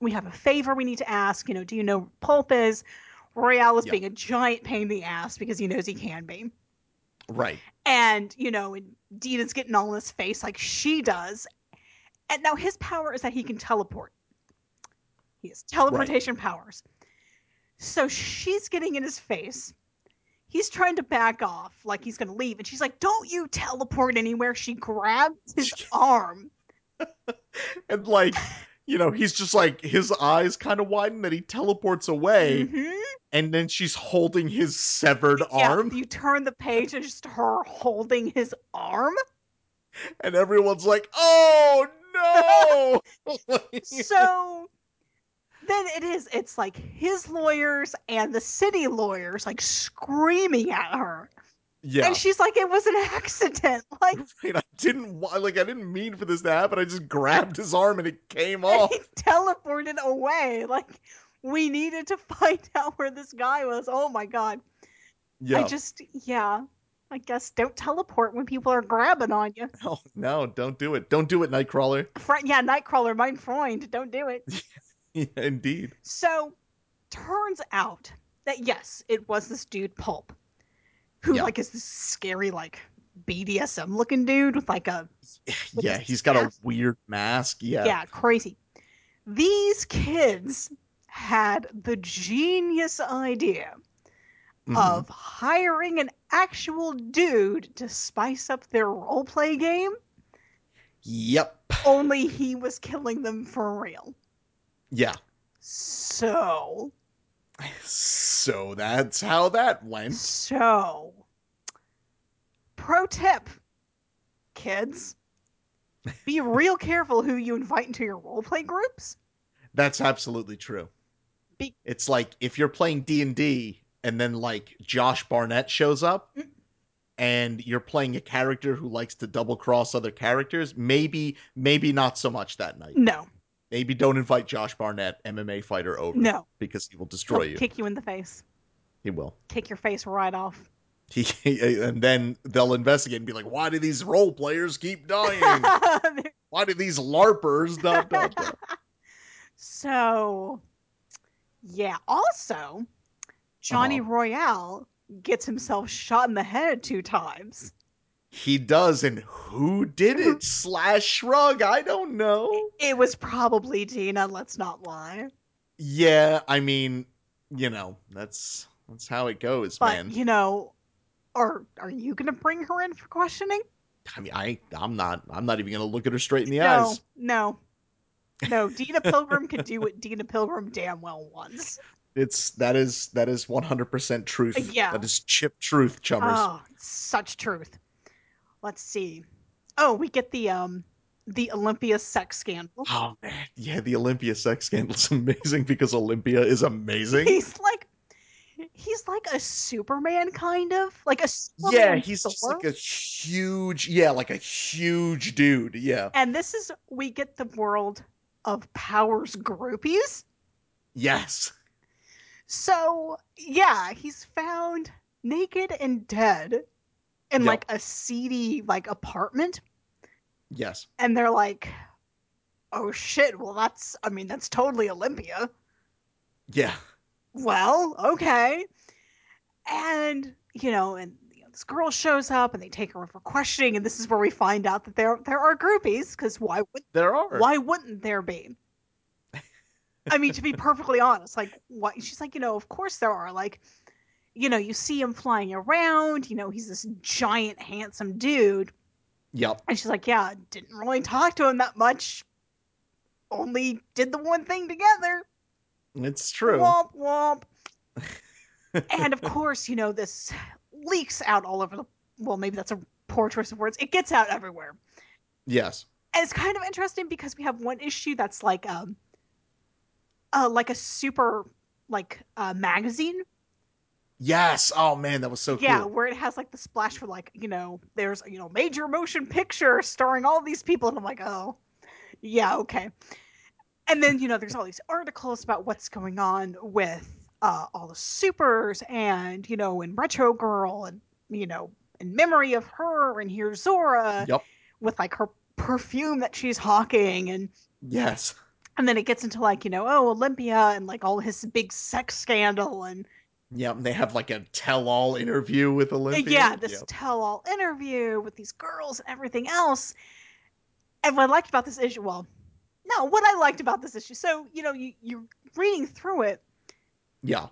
Speaker 2: we have a favor we need to ask. You know, do you know where Pulp is? Royale is
Speaker 1: Yeah.
Speaker 2: being a giant pain in the ass because he knows he can be.
Speaker 1: right
Speaker 2: and you know and Dina's getting all in his face like she does and now his power is that he can teleport he has teleportation powers So she's getting in his face. He's trying to back off, like he's going to leave. And she's like, Don't you teleport anywhere. She grabs his arm.
Speaker 1: and like you know he's just like his eyes kind of widen and he teleports away
Speaker 2: Mhm.
Speaker 1: and then she's holding his severed
Speaker 2: Yeah,
Speaker 1: arm
Speaker 2: you turn the page and just her holding his arm.
Speaker 1: and everyone's like oh no
Speaker 2: so then it is it's like his lawyers and the city lawyers like screaming at her
Speaker 1: yeah
Speaker 2: and she's like it was an accident like
Speaker 1: right, i didn't wa- like i didn't mean for this to happen i just grabbed his arm and it came
Speaker 2: and
Speaker 1: off
Speaker 2: he teleported away like we needed to find out where this guy was oh my god
Speaker 1: yeah
Speaker 2: i just yeah i guess don't teleport when people are grabbing on you
Speaker 1: no, no don't do it don't do it nightcrawler
Speaker 2: Fre- yeah nightcrawler mein freund don't do it
Speaker 1: Yeah, indeed
Speaker 2: So, turns out that yes, it was this dude Pulp, who
Speaker 1: Yeah.
Speaker 2: like is this scary like BDSM looking dude with like a With
Speaker 1: yeah
Speaker 2: his
Speaker 1: he's got a
Speaker 2: mask.
Speaker 1: weird mask yeah
Speaker 2: yeah, crazy. These kids had the genius idea
Speaker 1: Mhm.
Speaker 2: of hiring an actual dude to spice up their role play game.
Speaker 1: yep
Speaker 2: Only he was killing them for real.
Speaker 1: yeah
Speaker 2: So,
Speaker 1: so that's how that went
Speaker 2: so pro tip kids be real careful who you invite into your roleplay groups
Speaker 1: That's absolutely true.
Speaker 2: Be-
Speaker 1: it's like if you're playing D and D, and then like Josh Barnett shows up,
Speaker 2: Mm.
Speaker 1: and you're playing a character who likes to double cross other characters. Maybe, maybe not so much that night.
Speaker 2: no
Speaker 1: Maybe don't invite Josh Barnett, MMA fighter, over
Speaker 2: no
Speaker 1: because he will destroy
Speaker 2: He'll
Speaker 1: you.
Speaker 2: kick you in the face
Speaker 1: He will.
Speaker 2: kick your face right off
Speaker 1: He, and then they'll investigate and be like, "Why do these role players keep dying? Why do these larpers?" Dot, dot, dot.
Speaker 2: so yeah also johnny
Speaker 1: Uh-huh.
Speaker 2: royale gets himself shot in the head two times
Speaker 1: He does, and who did it? Slash shrug. I don't know.
Speaker 2: it was probably Gina. let's not lie
Speaker 1: Yeah, I mean, you know, that's that's how it goes,
Speaker 2: but
Speaker 1: man.
Speaker 2: you know are are you gonna bring her in for questioning
Speaker 1: I mean, I I'm not I'm not even gonna look at her straight in the
Speaker 2: no,
Speaker 1: eyes.
Speaker 2: No. No, Dina Pilgrim can do what Dina Pilgrim damn well wants.
Speaker 1: It's that is that is 100 percent truth.
Speaker 2: Uh, Yeah.
Speaker 1: that is chip truth, chummers.
Speaker 2: Oh, such truth. Let's see. Oh, we get the um the Olympia sex scandal.
Speaker 1: Oh man, yeah, the Olympia sex scandal is amazing because Olympia is amazing.
Speaker 2: He's like he's like a Superman kind of. Like a
Speaker 1: yeah,
Speaker 2: Superman
Speaker 1: he's just
Speaker 2: Thor.
Speaker 1: like a huge, yeah, like a huge dude. Yeah,
Speaker 2: And this is we get the world of powers groupies.
Speaker 1: yes,
Speaker 2: So, yeah, he's found naked and dead
Speaker 1: Yep.
Speaker 2: in like a seedy like apartment.
Speaker 1: yes,
Speaker 2: and they're like, "Oh shit! Well, that's I mean, that's totally Olympia."
Speaker 1: yeah,
Speaker 2: Well, okay, and you know, and you know, this girl shows up, and they take her in for questioning, and this is where we find out that there there are groupies because why would
Speaker 1: there are.
Speaker 2: why wouldn't there be? I mean, to be perfectly honest, like, why? She's like, you know, of course there are. Like, you know, you see him flying around. You know, he's this giant, handsome dude.
Speaker 1: Yep,
Speaker 2: And she's like, Yeah, didn't really talk to him that much. Only did the one thing together.
Speaker 1: it's true.
Speaker 2: Womp womp. and of course, you know, this leaks out all over the well, maybe that's a poor choice of words. It gets out everywhere.
Speaker 1: yes,
Speaker 2: And it's kind of interesting because we have one issue that's like um uh like a super like uh magazine.
Speaker 1: yes. Oh man, that was so
Speaker 2: Yeah,
Speaker 1: cool.
Speaker 2: where it has like the splash for like, you know, there's you know, major motion picture starring all these people, and I'm like, oh, yeah, okay. And then, you know, there's all these articles about what's going on with uh, all the supers and, you know, and Retro Girl and, you know, in memory of her and here's Zora
Speaker 1: Yep.
Speaker 2: with like her perfume that she's hawking and
Speaker 1: Yes.
Speaker 2: and then it gets into like, you know, oh Olympia and like all his big sex scandal and
Speaker 1: Yeah, and they have like a tell-all interview with Olympia.
Speaker 2: yeah, this
Speaker 1: Yep.
Speaker 2: tell-all interview with these girls and everything else. And what I liked about this issue, well, no, what I liked about this issue. So you know, you you're reading through it,
Speaker 1: Yeah.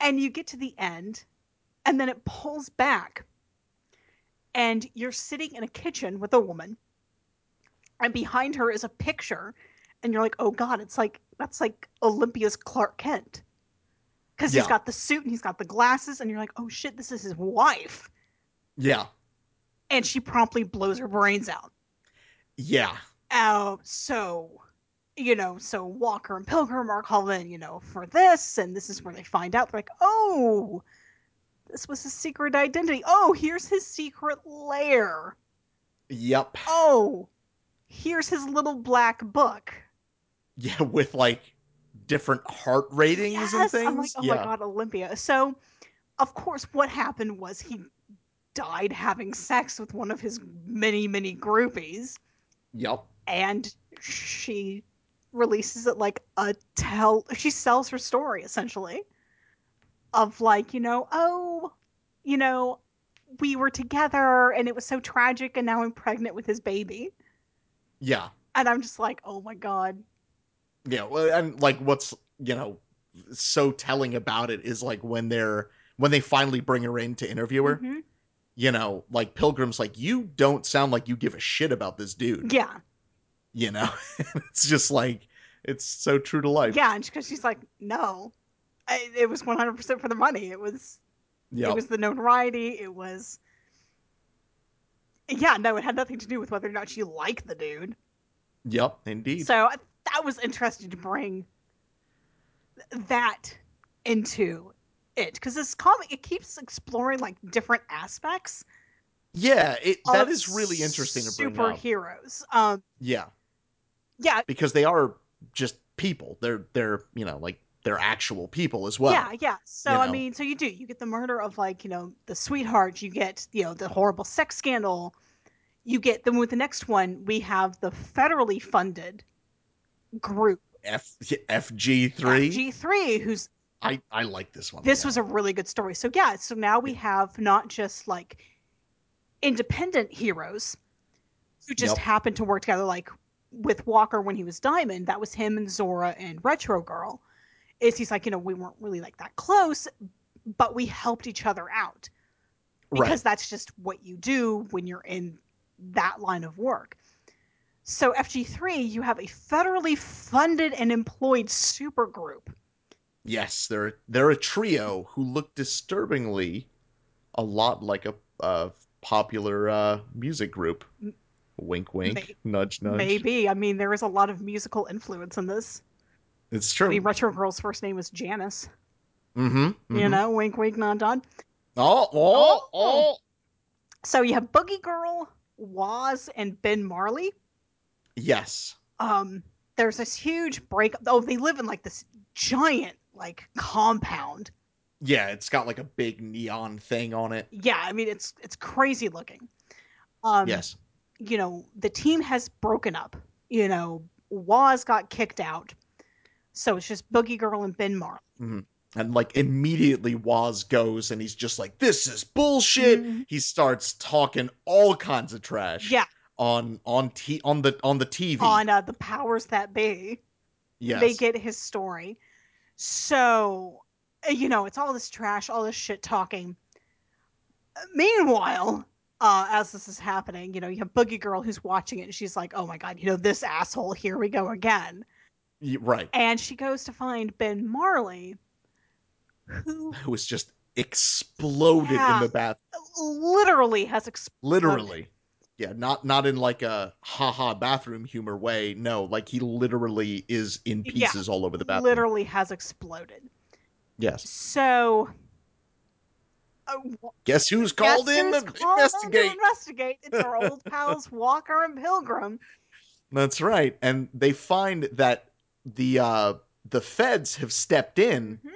Speaker 2: and you get to the end and then it pulls back and you're sitting in a kitchen with a woman and behind her is a picture and you're like oh god it's like that's like olympia's clark kent because
Speaker 1: Yeah.
Speaker 2: he's got the suit and he's got the glasses and you're like oh shit this is his wife
Speaker 1: Yeah.
Speaker 2: and she promptly blows her brains out
Speaker 1: Yeah.
Speaker 2: Oh, so you know, so Walker and Pilgrim are calling, you know, for this, and this is where they find out. They're like, oh, this was his secret identity. Oh, here's his secret lair.
Speaker 1: Yep.
Speaker 2: Oh, here's his little black book.
Speaker 1: Yeah, with like different heart ratings and
Speaker 2: Yes,
Speaker 1: things.
Speaker 2: I'm like, oh
Speaker 1: yeah.
Speaker 2: my god, Olympia. So, of course, what happened was he died having sex with one of his many, many groupies.
Speaker 1: Yep.
Speaker 2: and she releases it like a tell she sells her story essentially of like you know oh you know we were together and it was so tragic and now i'm pregnant with his baby
Speaker 1: Yeah.
Speaker 2: and i'm just like oh my god
Speaker 1: Yeah. Well, and like what's, you know, so telling about it is like when they're when they finally bring her in to interview her,
Speaker 2: Mhm.
Speaker 1: you know, like Pilgrim's like, you don't sound like you give a shit about this dude.
Speaker 2: yeah
Speaker 1: You know? it's just like it's so true to life.
Speaker 2: yeah and because she's like no I, it was 100% for the money it was
Speaker 1: Yep.
Speaker 2: it was the notoriety it was yeah no it had nothing to do with whether or not she liked the dude
Speaker 1: yep. Indeed.
Speaker 2: So I- that was interesting to bring th- that into it because this comic it keeps exploring like different aspects.
Speaker 1: yeah. It, that
Speaker 2: of
Speaker 1: is really interesting to bring up.
Speaker 2: superheroes. Um,
Speaker 1: Yeah.
Speaker 2: yeah,
Speaker 1: because they are just people. They're they're you know like they're actual people as well.
Speaker 2: yeah, yeah. So
Speaker 1: you
Speaker 2: I
Speaker 1: know.
Speaker 2: mean, so you do you get the murder of like you know the sweetheart, you get you know the horrible sex scandal, you get then with the next one we have the federally funded group
Speaker 1: F FG three.
Speaker 2: G three who's
Speaker 1: I I like this one.
Speaker 2: this
Speaker 1: yeah.
Speaker 2: was a really good story. So yeah, so now we have not just like independent heroes who just
Speaker 1: Yep.
Speaker 2: happen to work together like with Walker when he was Diamond, that was him and Zora and Retro Girl. Is he's like, you know, we weren't really like that close, but we helped each other out because
Speaker 1: right.
Speaker 2: that's just what you do when you're in that line of work. So FG3, you have a federally funded and employed supergroup.
Speaker 1: Yes, they're they're a trio who look disturbingly a lot like a, a popular uh, music group. Wink, wink,
Speaker 2: May-
Speaker 1: nudge, nudge.
Speaker 2: Maybe. I mean, there is a lot of musical influence in this.
Speaker 1: It's
Speaker 2: I
Speaker 1: true.
Speaker 2: mean, Retro Girl's first name was Janice.
Speaker 1: mm-hmm,
Speaker 2: You know, wink, wink, nod, nod.
Speaker 1: Oh, oh, oh.
Speaker 2: So you have Boogie Girl, Waz, and Ben Marley.
Speaker 1: Yes.
Speaker 2: Um, there's this huge breakup. Oh, they live in like this giant like compound.
Speaker 1: Yeah, it's got like a big neon thing on it.
Speaker 2: Yeah, I mean it's it's crazy looking. Um,
Speaker 1: yes.
Speaker 2: you know, the team has broken up. You know, Waz got kicked out, so it's just Boogie Girl and Ben Marley.
Speaker 1: And like immediately Waz goes and he's just like, This is bullshit.
Speaker 2: Mhm.
Speaker 1: He starts talking all kinds of trash.
Speaker 2: Yeah,
Speaker 1: On on t on the on the TV.
Speaker 2: on uh, the powers that be.
Speaker 1: yes.
Speaker 2: they get his story. So, uh, you know, it's all this trash, all this shit talking. Uh, Meanwhile, uh, as this is happening, you know, you have Boogie Girl who's watching it and she's like, oh my God, you know, this asshole, here we go again.
Speaker 1: Y- right.
Speaker 2: And she goes to find Ben Marley, who
Speaker 1: Who was just exploded
Speaker 2: Yeah.
Speaker 1: in the bath.
Speaker 2: literally has exploded.
Speaker 1: Literally. Yeah, not not in like a haha bathroom humor way. No, like he literally is in
Speaker 2: Yeah.
Speaker 1: pieces all over the bathroom.
Speaker 2: Literally has exploded.
Speaker 1: Yes.
Speaker 2: So. Uh, Wa-
Speaker 1: Guess who's
Speaker 2: guess
Speaker 1: called in
Speaker 2: who's
Speaker 1: to
Speaker 2: called in to
Speaker 1: investigate?
Speaker 2: investigate. It's our old pals Walker and Pilgrim.
Speaker 1: That's right. And they find that the uh the feds have stepped in
Speaker 2: Mhm.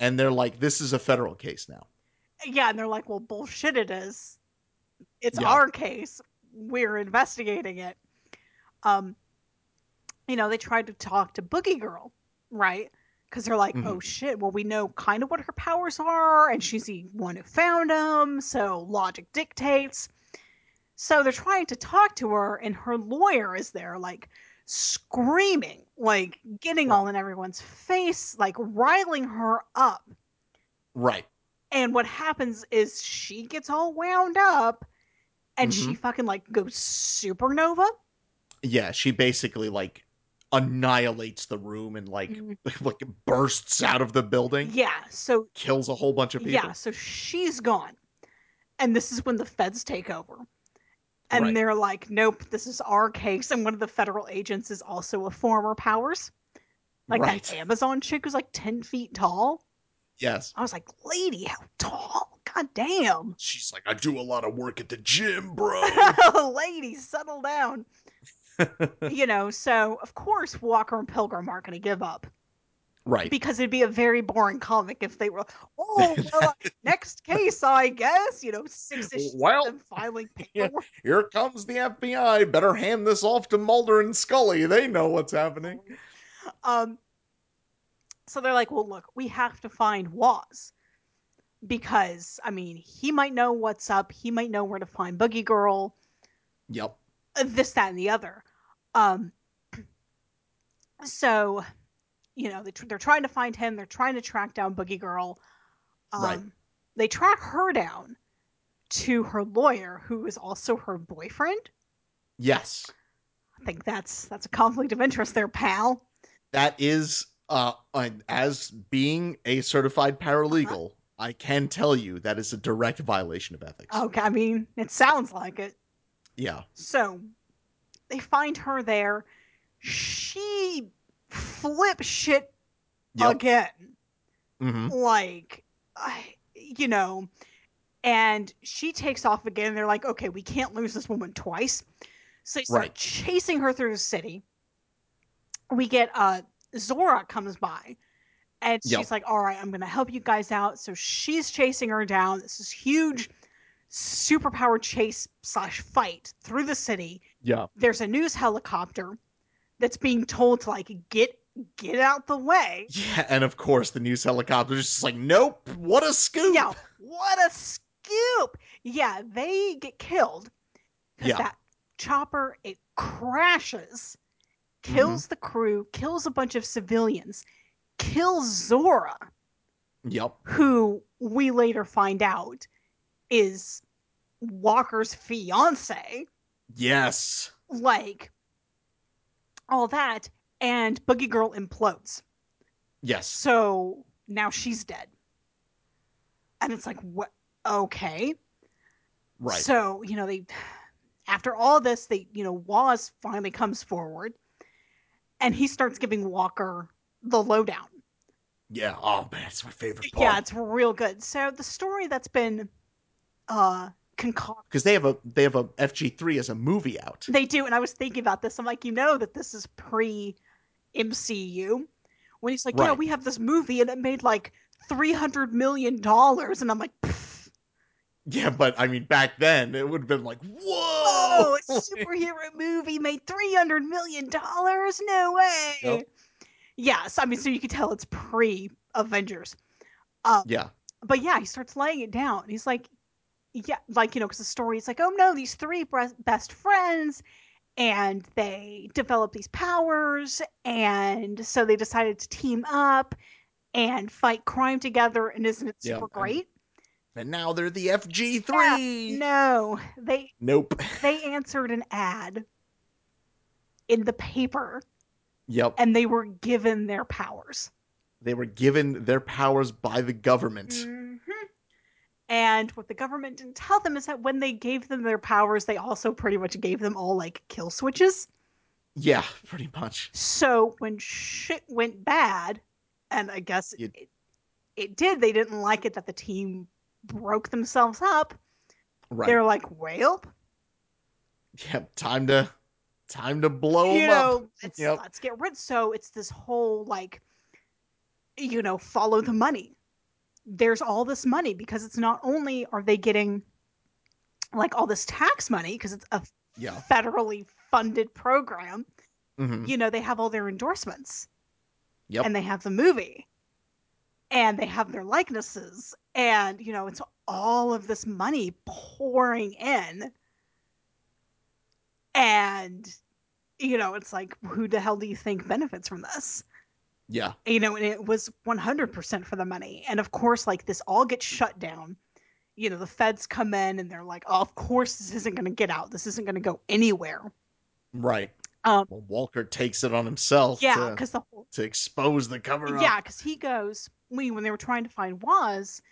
Speaker 1: and they're like this is a federal case now.
Speaker 2: Yeah, and they're like, well, bullshit, it is. It's
Speaker 1: Yeah.
Speaker 2: our case. We're investigating it. Um, you know, they tried to talk to Boogie Girl, right? Because they're like,
Speaker 1: Mhm.
Speaker 2: oh shit, well, we know kind of what her powers are, and she's the one who found them, so logic dictates. So they're trying to talk to her, and her lawyer is there, like, screaming, like, getting all in everyone's face, like, riling her up
Speaker 1: Right.
Speaker 2: And what happens is she gets all wound up and
Speaker 1: Mm-hmm.
Speaker 2: she fucking like goes supernova.
Speaker 1: Yeah, she basically like annihilates the room and like
Speaker 2: Mhm.
Speaker 1: like bursts out of the building,
Speaker 2: Yeah. So
Speaker 1: kills a whole bunch of people.
Speaker 2: yeah, so she's gone. And this is when the feds take over. And
Speaker 1: Right.
Speaker 2: they're like, nope, this is our case. And one of the federal agents is also a former Powers. Like
Speaker 1: right.
Speaker 2: that Amazon chick who's like 10 feet tall.
Speaker 1: Yes.
Speaker 2: I was like, lady, how tall? God damn.
Speaker 1: She's like, I do a lot of work at the gym, bro.
Speaker 2: lady, settle down. you know, so of course Walker and Pilgrim aren't going to give up
Speaker 1: right.
Speaker 2: because it'd be a very boring comic if they were, oh, well, next case, I guess. You know, six issues
Speaker 1: Well,
Speaker 2: of them filing
Speaker 1: yeah.
Speaker 2: paperwork.
Speaker 1: Here comes the FBI. Better hand this off to Mulder and Scully. They know what's happening.
Speaker 2: Um, so they're like, well, look, we have to find Waz because, I mean, he might know what's up. He might know where to find Boogie Girl,
Speaker 1: Yep.
Speaker 2: uh, this, that, and the other. Um, so, you know, they tr- they're trying to find him. They're trying to track down Boogie Girl. Um,
Speaker 1: Right.
Speaker 2: They track her down to her lawyer, who is also her boyfriend.
Speaker 1: Yes.
Speaker 2: I think that's that's a conflict of interest there, pal.
Speaker 1: that is uh an- as being a certified paralegal
Speaker 2: Uh-huh.
Speaker 1: i can tell you that is a direct violation of ethics
Speaker 2: Okay, I mean, it sounds like it.
Speaker 1: yeah
Speaker 2: So they find her there. She flip shit
Speaker 1: Yep.
Speaker 2: again.
Speaker 1: hmm
Speaker 2: Like, I, you know, and she takes off again. they're like, okay, we can't lose this woman twice. So they start
Speaker 1: Right.
Speaker 2: chasing her through the city. We get uh Zora comes by and she's
Speaker 1: Yep.
Speaker 2: like, all right, I'm gonna help you guys out. So she's chasing her down. This is huge superpower chase slash fight through the city
Speaker 1: yeah
Speaker 2: there's a news helicopter that's being told to like get get out the way.
Speaker 1: yeah and of course the news helicopter is just like nope what a scoop
Speaker 2: Yeah, what a scoop! Yeah, they get killed because
Speaker 1: Yeah.
Speaker 2: that chopper it crashes,
Speaker 1: Mm-hmm.
Speaker 2: kills the crew, kills a bunch of civilians, kills Zora,
Speaker 1: yep
Speaker 2: who we later find out is Walker's fiance.
Speaker 1: yes
Speaker 2: Like all that, and Boogie Girl implodes.
Speaker 1: yes
Speaker 2: So now she's dead. And it's like, what? Okay.
Speaker 1: right
Speaker 2: So, you know, they, after all this, they, you know, Waz finally comes forward and he starts giving Walker the lowdown.
Speaker 1: yeah oh man it's my favorite
Speaker 2: Yeah,
Speaker 1: part
Speaker 2: it's real good. So the story that's been, uh, concocted.
Speaker 1: because they have a they have a fg3 as a movie out
Speaker 2: They do, and I was thinking about this. I'm like, you know, that this is pre MCU. When he's like, yeah,
Speaker 1: Right.
Speaker 2: we have this movie and it made like $300 million. And I'm like, pfft.
Speaker 1: yeah but i mean back then it would have been like whoa
Speaker 2: Oh, a superhero movie made three hundred million dollars? No way.
Speaker 1: Yep.
Speaker 2: Yes, I mean, so you can tell it's pre Avengers. Uh,
Speaker 1: yeah
Speaker 2: but yeah, he starts laying it down. He's like, yeah, like you know, because the story is like, oh no, these three bre- best friends, and they develop these powers, and so they decided to team up and fight crime together. And isn't it
Speaker 1: Yeah,
Speaker 2: super
Speaker 1: and-
Speaker 2: great?
Speaker 1: and now they're the fg3
Speaker 2: No, they
Speaker 1: nope
Speaker 2: they answered an ad in the paper
Speaker 1: yep
Speaker 2: and they were given their powers.
Speaker 1: They were given their powers by the government.
Speaker 2: Mm. And what the government didn't tell them is that when they gave them their powers, they also pretty much gave them all like kill switches.
Speaker 1: Yeah, pretty much.
Speaker 2: So when shit went bad, and I guess
Speaker 1: You-
Speaker 2: it, it did, they didn't like it that the team broke themselves up.
Speaker 1: Right.
Speaker 2: They're like, well,
Speaker 1: Yep. Time to, time to blow
Speaker 2: you
Speaker 1: them
Speaker 2: know,
Speaker 1: up.
Speaker 2: Let's,
Speaker 1: Yep.
Speaker 2: let's get rid. So it's this whole like, you know, follow the money. There's all this money because it's not only are they getting like all this tax money because it's a
Speaker 1: Yeah.
Speaker 2: federally funded program.
Speaker 1: hmm
Speaker 2: You know, they have all their endorsements
Speaker 1: Yep.
Speaker 2: and they have the movie and they have their likenesses and you know, it's all of this money pouring in and you know, it's like who the hell do you think benefits from this?
Speaker 1: Yeah.
Speaker 2: you know, and it was 100% for the money. And of course, like this all gets shut down. You know, the feds come in and they're like, oh, of course, this isn't going to get out. This isn't going to go anywhere.
Speaker 1: Right.
Speaker 2: Um,
Speaker 1: Well, Walker takes it on himself
Speaker 2: yeah,
Speaker 1: to,
Speaker 2: because the whole,
Speaker 1: to expose the cover up.
Speaker 2: yeah, because he goes, we, when they were trying to find Waz,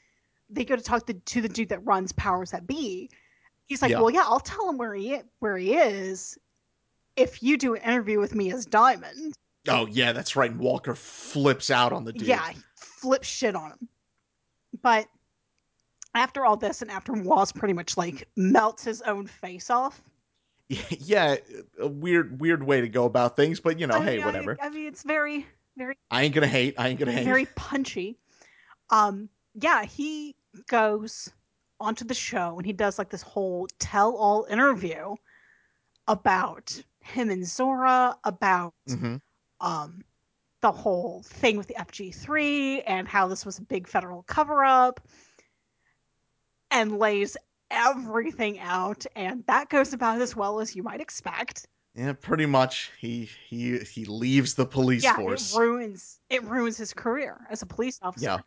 Speaker 2: they go to talk to, to the dude that runs Powers That Be. He's like,
Speaker 1: Yeah.
Speaker 2: well, yeah, I'll tell him where he, where he is if you do an interview with me as Diamond.
Speaker 1: Oh, yeah, that's right. And Walker flips out on the dude.
Speaker 2: Yeah, he flips shit on him. But after all this, and after Waz pretty much like melts his own face off.
Speaker 1: Yeah, a weird, weird way to go about things, but you know,
Speaker 2: I
Speaker 1: hey,
Speaker 2: mean, I-
Speaker 1: whatever.
Speaker 2: I, mean, it's very, very,
Speaker 1: I ain't gonna hate. I ain't gonna hate.
Speaker 2: very punchy. Um, yeah, he goes onto the show and he does like this whole tell-all interview about him and Zora, about
Speaker 1: hmm
Speaker 2: um, the whole thing with the FG3 and how this was a big federal cover up and lays everything out. And that goes about as well as you might expect.
Speaker 1: Yeah, pretty much. He he he leaves the police
Speaker 2: yeah,
Speaker 1: force.
Speaker 2: it ruins it ruins his career as a police officer.
Speaker 1: Yeah.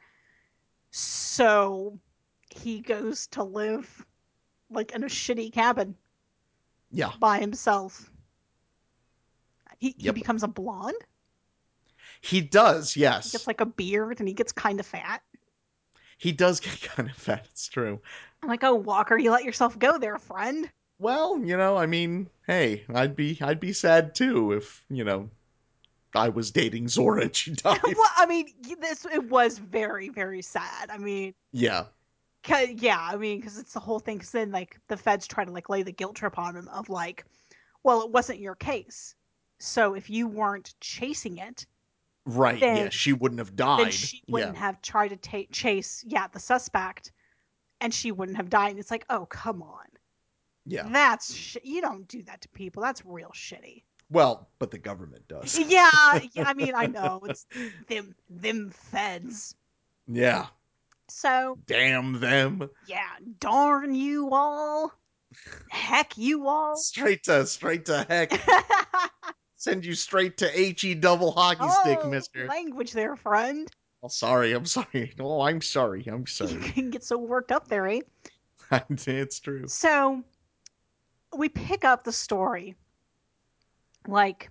Speaker 2: So he goes to live like in a shitty cabin
Speaker 1: yeah.
Speaker 2: by himself. He, he
Speaker 1: Yep.
Speaker 2: becomes a blonde.
Speaker 1: He does,
Speaker 2: He
Speaker 1: yes.
Speaker 2: gets like a beard and he gets kind of fat.
Speaker 1: he does get kind of fat, it's true.
Speaker 2: I'm like, oh Walker, you let yourself go there, friend.
Speaker 1: Well, you know, I mean, hey, I'd be I'd be sad too if, you know, I was dating Zora and she died.
Speaker 2: well, I mean, y- this it was very, very sad. I mean,
Speaker 1: yeah.
Speaker 2: 'ca- yeah, I mean, because it's the whole thing. Because then, like, the feds try to like lay the guilt trip on him of like, well, it wasn't your case, so if you weren't chasing it,
Speaker 1: Right, yeah.
Speaker 2: Then-
Speaker 1: She wouldn't have
Speaker 2: then
Speaker 1: died.
Speaker 2: she
Speaker 1: Yeah.
Speaker 2: wouldn't have tried to ta chase, yeah, the suspect, and she wouldn't have died. And it's like, oh, come on,
Speaker 1: Yeah.
Speaker 2: that's sh- you don't do that to people. That's real shitty.
Speaker 1: Well, but the government does.
Speaker 2: yeah, yeah, I mean, I know it's them, them feds.
Speaker 1: Yeah.
Speaker 2: So
Speaker 1: Damn them.
Speaker 2: Yeah, darn you all. Heck you all.
Speaker 1: Straight to straight to heck. Send you straight to H E double hockey stick,
Speaker 2: Oh,
Speaker 1: mister.
Speaker 2: Language there, friend.
Speaker 1: Oh, sorry, I'm sorry. Oh, I'm sorry. I'm
Speaker 2: You
Speaker 1: sorry.
Speaker 2: can get so worked up there, eh?
Speaker 1: it's true.
Speaker 2: So we pick up the story like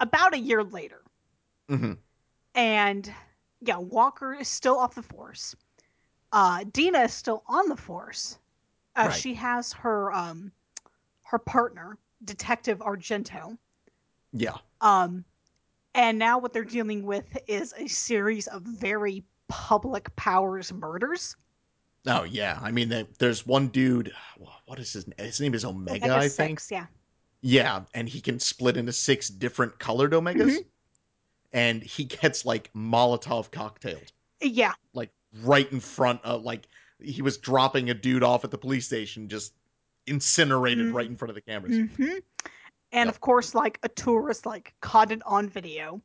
Speaker 2: about a year later.
Speaker 1: hmm
Speaker 2: And yeah, Walker is still off the force. Uh Dina is still on the force. Uh,
Speaker 1: Right.
Speaker 2: she has her um her partner, Detective Argento.
Speaker 1: Yeah.
Speaker 2: Um, and now what they're dealing with is a series of very public powers murders.
Speaker 1: Oh yeah. I mean, there- there's one dude. wh- What is his? name? His name is Omega, I think.
Speaker 2: six, yeah.
Speaker 1: Yeah, and he can split into six different colored omegas,
Speaker 2: Mm-hmm.
Speaker 1: and he gets like Molotov cocktailed,
Speaker 2: Yeah.
Speaker 1: like right in front of like he was dropping a dude off at the police station, just incinerated
Speaker 2: Mm.
Speaker 1: right in front of the cameras.
Speaker 2: hmm
Speaker 1: Yep.
Speaker 2: And of course, like a tourist, like caught it on video.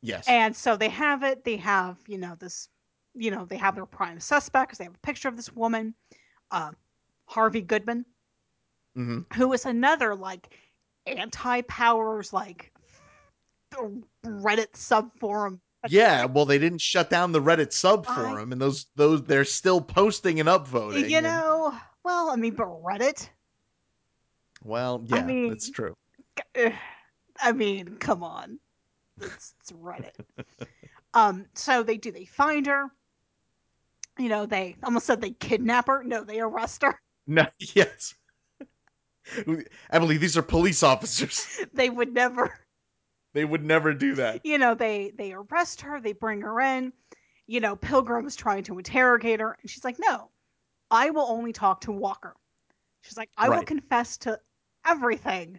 Speaker 1: Yes.
Speaker 2: And so they have it. They have, you know, this, you know, they have their prime suspects. They have a picture of this woman, uh, Harvey Goodman,
Speaker 1: hmm
Speaker 2: who is another like anti powers, like Reddit subforum.
Speaker 1: Yeah. Well, they didn't shut down the Reddit sub
Speaker 2: I-
Speaker 1: forum, and those those they're still posting and upvoting.
Speaker 2: You
Speaker 1: and-
Speaker 2: know, well, I mean, but Reddit.
Speaker 1: well,
Speaker 2: I
Speaker 1: yeah,
Speaker 2: mean-
Speaker 1: that's true.
Speaker 2: Ugh. I mean, come on, it's, it's Reddit. um, so they do. They find her. You know, they almost said they kidnap her. No, they arrest her.
Speaker 1: No. Yes. Emily, these are police officers.
Speaker 2: They would never.
Speaker 1: They would never do that.
Speaker 2: You know, they they arrest her. They bring her in. You know, Pilgrim's trying to interrogate her, and she's like, "No, I will only talk to Walker." She's like, "I will
Speaker 1: Right.
Speaker 2: confess to everything,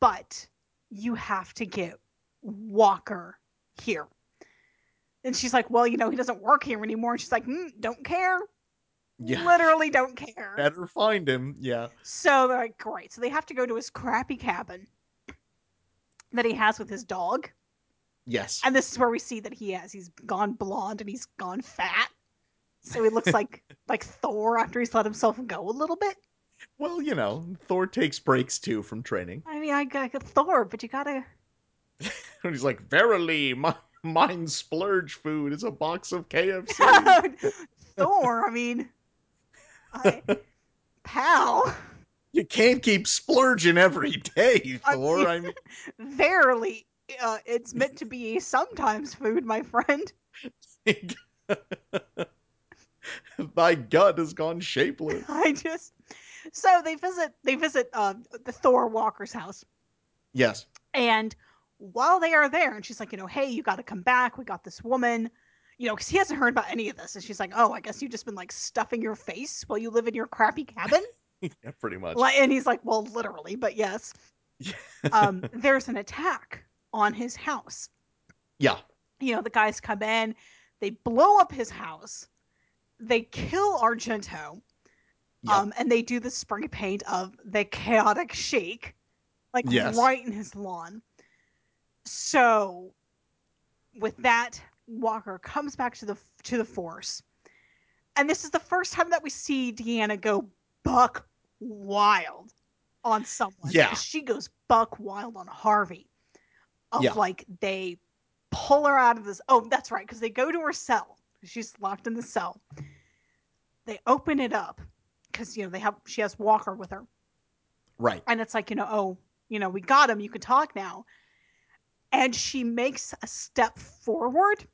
Speaker 2: but you have to get Walker here." And she's like, "Well, you know, he doesn't work here anymore." And she's like, mm, "Don't care.
Speaker 1: Yeah.
Speaker 2: Literally, don't care."
Speaker 1: Better find him. Yeah.
Speaker 2: So they're like, "Great." So they have to go to his crappy cabin that he has with his dog.
Speaker 1: Yes.
Speaker 2: And this is where we see that he has he's gone blonde and he's gone fat. So he looks like like Thor after he's let himself go a little bit.
Speaker 1: Well, you know, Thor takes breaks too from training.
Speaker 2: I mean, I got Thor, but you gotta
Speaker 1: And he's like, Verily, my Mine splurge food is a box of KFC.
Speaker 2: Thor, I mean, I, pal,
Speaker 1: you can't keep splurging every day, Thor. I mean,
Speaker 2: verily, uh, it's meant to be sometimes food, my friend.
Speaker 1: thy gut has gone shapeless.
Speaker 2: I just so they visit they visit uh, the Thor Walker's house,
Speaker 1: Yes.
Speaker 2: and while they are there, and she's like, you know, hey, you got to come back. We got this woman, you know, because he hasn't heard about any of this, and she's like, oh, I guess you've just been like stuffing your face while you live in your crappy cabin.
Speaker 1: Yeah, pretty much.
Speaker 2: Li- and he's like, well, literally, but yes.
Speaker 1: Yeah.
Speaker 2: um, there's an attack on his house.
Speaker 1: yeah.
Speaker 2: You know, the guys come in, they blow up his house, they kill Argento,
Speaker 1: Yeah.
Speaker 2: um, and they do the spray paint of the chaotic shake, like
Speaker 1: Yes.
Speaker 2: right in his lawn. So, with that, Walker comes back to the to the force, and this is the first time that we see Deanna go buck wild on someone.
Speaker 1: Yeah.
Speaker 2: she goes buck wild on Harvey. Of
Speaker 1: Yeah.
Speaker 2: like they pull her out of this. Oh, that's right, because they go to her cell. She's locked in the cell. They open it up because you know they have she has Walker with her,
Speaker 1: Right.
Speaker 2: and it's like you know oh you know we got him you can talk now, and she makes a step forward,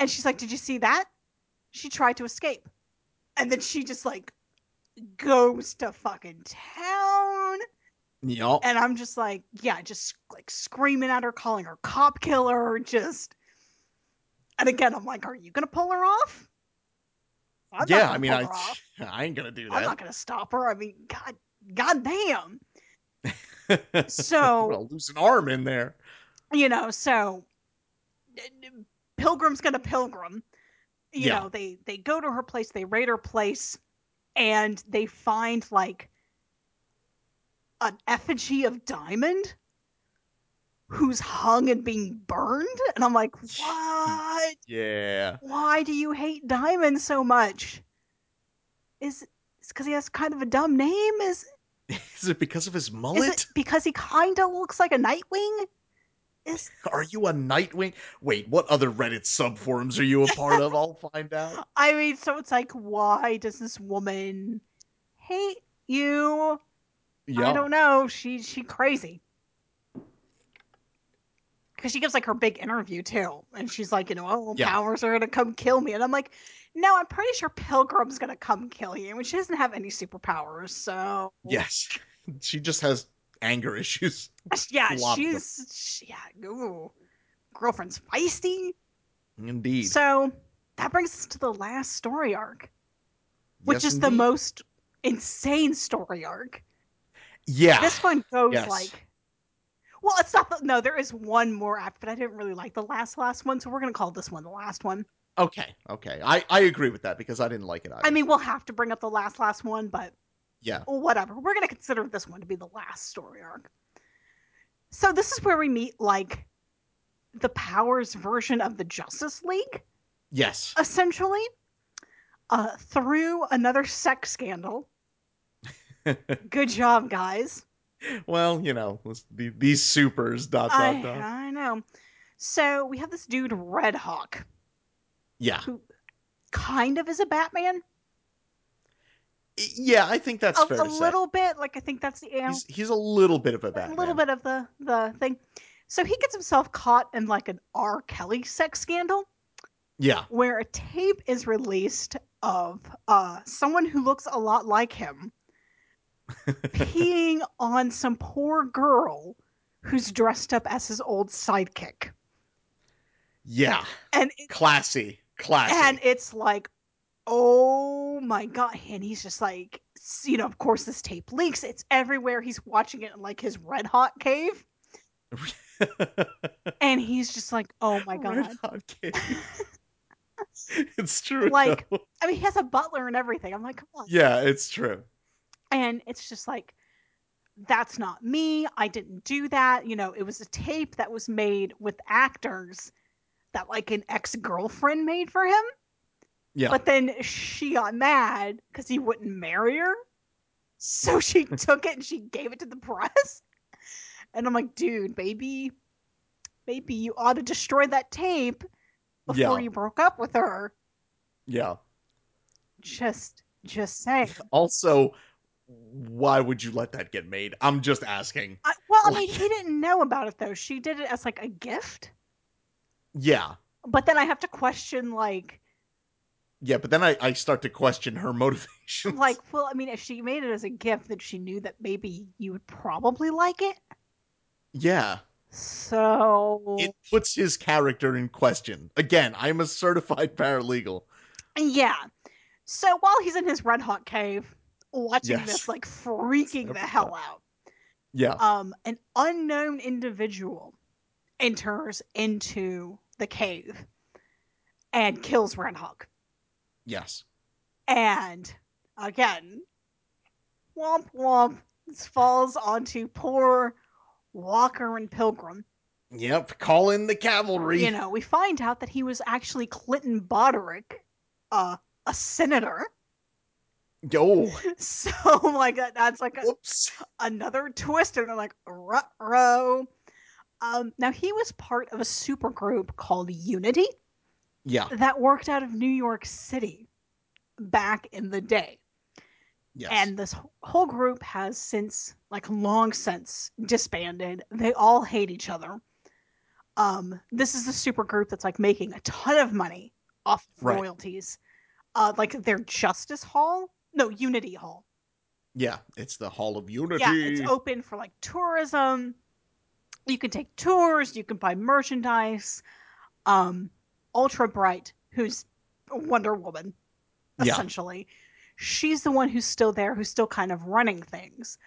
Speaker 2: and she's like did you see that? She tried to escape, and then she just like goes to fucking town,
Speaker 1: Yup.
Speaker 2: and I'm just like yeah just like screaming at her calling her cop killer just, and again I'm like are you gonna pull her off? I'm not
Speaker 1: yeah.
Speaker 2: gonna
Speaker 1: I mean,
Speaker 2: pull
Speaker 1: I
Speaker 2: her off.
Speaker 1: I ain't gonna do
Speaker 2: I'm not
Speaker 1: that.
Speaker 2: gonna stop her. I mean, god, god damn.
Speaker 1: I'm
Speaker 2: So
Speaker 1: gonna lose an arm in there.
Speaker 2: you know, so Pilgrim's gonna pilgrim. You
Speaker 1: Yeah.
Speaker 2: know, they they go to her place, they raid her place, and they find like an effigy of Diamond, who's hung and being burned. And I'm like, what?
Speaker 1: Yeah.
Speaker 2: Why do you hate Diamond so much? Is it's because he has kind of a dumb name? Is
Speaker 1: Is it because of his
Speaker 2: Is
Speaker 1: mullet?
Speaker 2: it because he kind of looks like a Nightwing? Is
Speaker 1: Are you a Nightwing? Wait, what other Reddit subforums are you a part of? I'll find out.
Speaker 2: I mean, so it's like, why does this woman hate you? I don't know. She she crazy. Because she gives like her big interview too, and she's like, you know, oh,
Speaker 1: Yeah.
Speaker 2: powers are gonna come kill me, and I'm like, no, I'm pretty sure Pilgrim's gonna come kill you, and she doesn't have any superpowers, so
Speaker 1: Yes. She just has anger issues.
Speaker 2: yeah,
Speaker 1: A lot of them.
Speaker 2: she's she, yeah, ooh, girlfriend's feisty.
Speaker 1: Indeed.
Speaker 2: So that brings us to the last story arc, which
Speaker 1: Yes,
Speaker 2: is the
Speaker 1: indeed.
Speaker 2: most insane story arc.
Speaker 1: Yeah.
Speaker 2: This one goes
Speaker 1: Ah, Yes.
Speaker 2: like, well, it's not. The, no, there is one more after, but I didn't really like the last last one, so we're gonna call this one the last one.
Speaker 1: Okay. Okay. I, I agree with that because I didn't like it either.
Speaker 2: I mean, we'll have to bring up the last last one, but
Speaker 1: yeah.
Speaker 2: whatever. We're going to consider this one to be the last story arc. So this is where we meet like the powers version of the Justice League,
Speaker 1: Yes.
Speaker 2: essentially, uh, through another sex scandal. Good job, guys.
Speaker 1: Well, you know, this- the- these supers, dot,
Speaker 2: I,
Speaker 1: dot, dot.
Speaker 2: I know. So we have this dude Red Hawk,
Speaker 1: Yeah.
Speaker 2: who kind of is a Batman,
Speaker 1: I- Yeah, I think that's
Speaker 2: a,
Speaker 1: fair
Speaker 2: a
Speaker 1: to
Speaker 2: little bit. Like I think that's the
Speaker 1: say. He's, he's a little bit of a Batman.
Speaker 2: a little bit of the the thing. So he gets himself caught in like an R. Kelly sex scandal
Speaker 1: Yeah.
Speaker 2: where a tape is released of uh, someone who looks a lot like him peeing on some poor girl who's dressed up as his old sidekick,
Speaker 1: Yeah.
Speaker 2: and it,
Speaker 1: Classy. Classy.
Speaker 2: and it's like, oh my god! And he's just like, s- you know, of course this tape leaks. It's everywhere. He's watching it in like his red hot cave,
Speaker 1: Oh
Speaker 2: and he's just like, oh my god.
Speaker 1: Red Hot Cake. it's true.
Speaker 2: Like-
Speaker 1: though.
Speaker 2: I mean, he has a butler and everything. I'm like, come on.
Speaker 1: yeah, it's true.
Speaker 2: And it's just like, that's not me. I didn't do that. You know, it was a tape that was made with actors that like an ex girlfriend made for him.
Speaker 1: Yeah.
Speaker 2: But then she got mad because he wouldn't marry her. So she took it and she gave it to the press. And I'm like, dude, baby, maybe you ought to destroy that tape before
Speaker 1: Yeah.
Speaker 2: you broke up with her.
Speaker 1: Yeah.
Speaker 2: Just, just saying.
Speaker 1: Also, why would you let that get made? I'm just asking.
Speaker 2: I, well, I
Speaker 1: Like-
Speaker 2: mean, he didn't know about it though. She did it as like a gift.
Speaker 1: Yeah.
Speaker 2: But then I have to question, like,
Speaker 1: Yeah, but then I, I start to question her motivation.
Speaker 2: like, well, I mean, if she made it as a gift, then she knew that maybe you would probably like it.
Speaker 1: yeah.
Speaker 2: So
Speaker 1: It puts his character in question. Again, I'm a certified paralegal.
Speaker 2: Yeah. So while he's in his red hot cave, watching
Speaker 1: Yes.
Speaker 2: this, like freaking the
Speaker 1: Every
Speaker 2: hell out,
Speaker 1: Yeah.
Speaker 2: um, an unknown individual enters into the cave and kills Renhawk.
Speaker 1: Yes.
Speaker 2: And again, womp womp, this falls onto poor Walker and Pilgrim.
Speaker 1: Yep. Call in the cavalry.
Speaker 2: You know, we find out that he was actually Clinton Boderick, uh, a senator.
Speaker 1: Yo.
Speaker 2: So like that, that's like a,
Speaker 1: Whoops.
Speaker 2: another twist, and they're like, row. Um, now he was part of a supergroup called Unity
Speaker 1: Yeah.
Speaker 2: that worked out of New York City back in the day,
Speaker 1: Yes.
Speaker 2: and this wh- whole group has since, like, long since disbanded. They all hate each other. Um, this is the supergroup that's like making a ton of money off of
Speaker 1: Right.
Speaker 2: royalties, uh, like their Justice Hall, no Unity Hall.
Speaker 1: yeah. It's the Hall of Unity.
Speaker 2: Yeah, it's open for like tourism. You can take tours, you can buy merchandise. Um Ultra Bright, who's Wonder Woman,
Speaker 1: Yeah.
Speaker 2: essentially. She's the one who's still there, who's still kind of running things.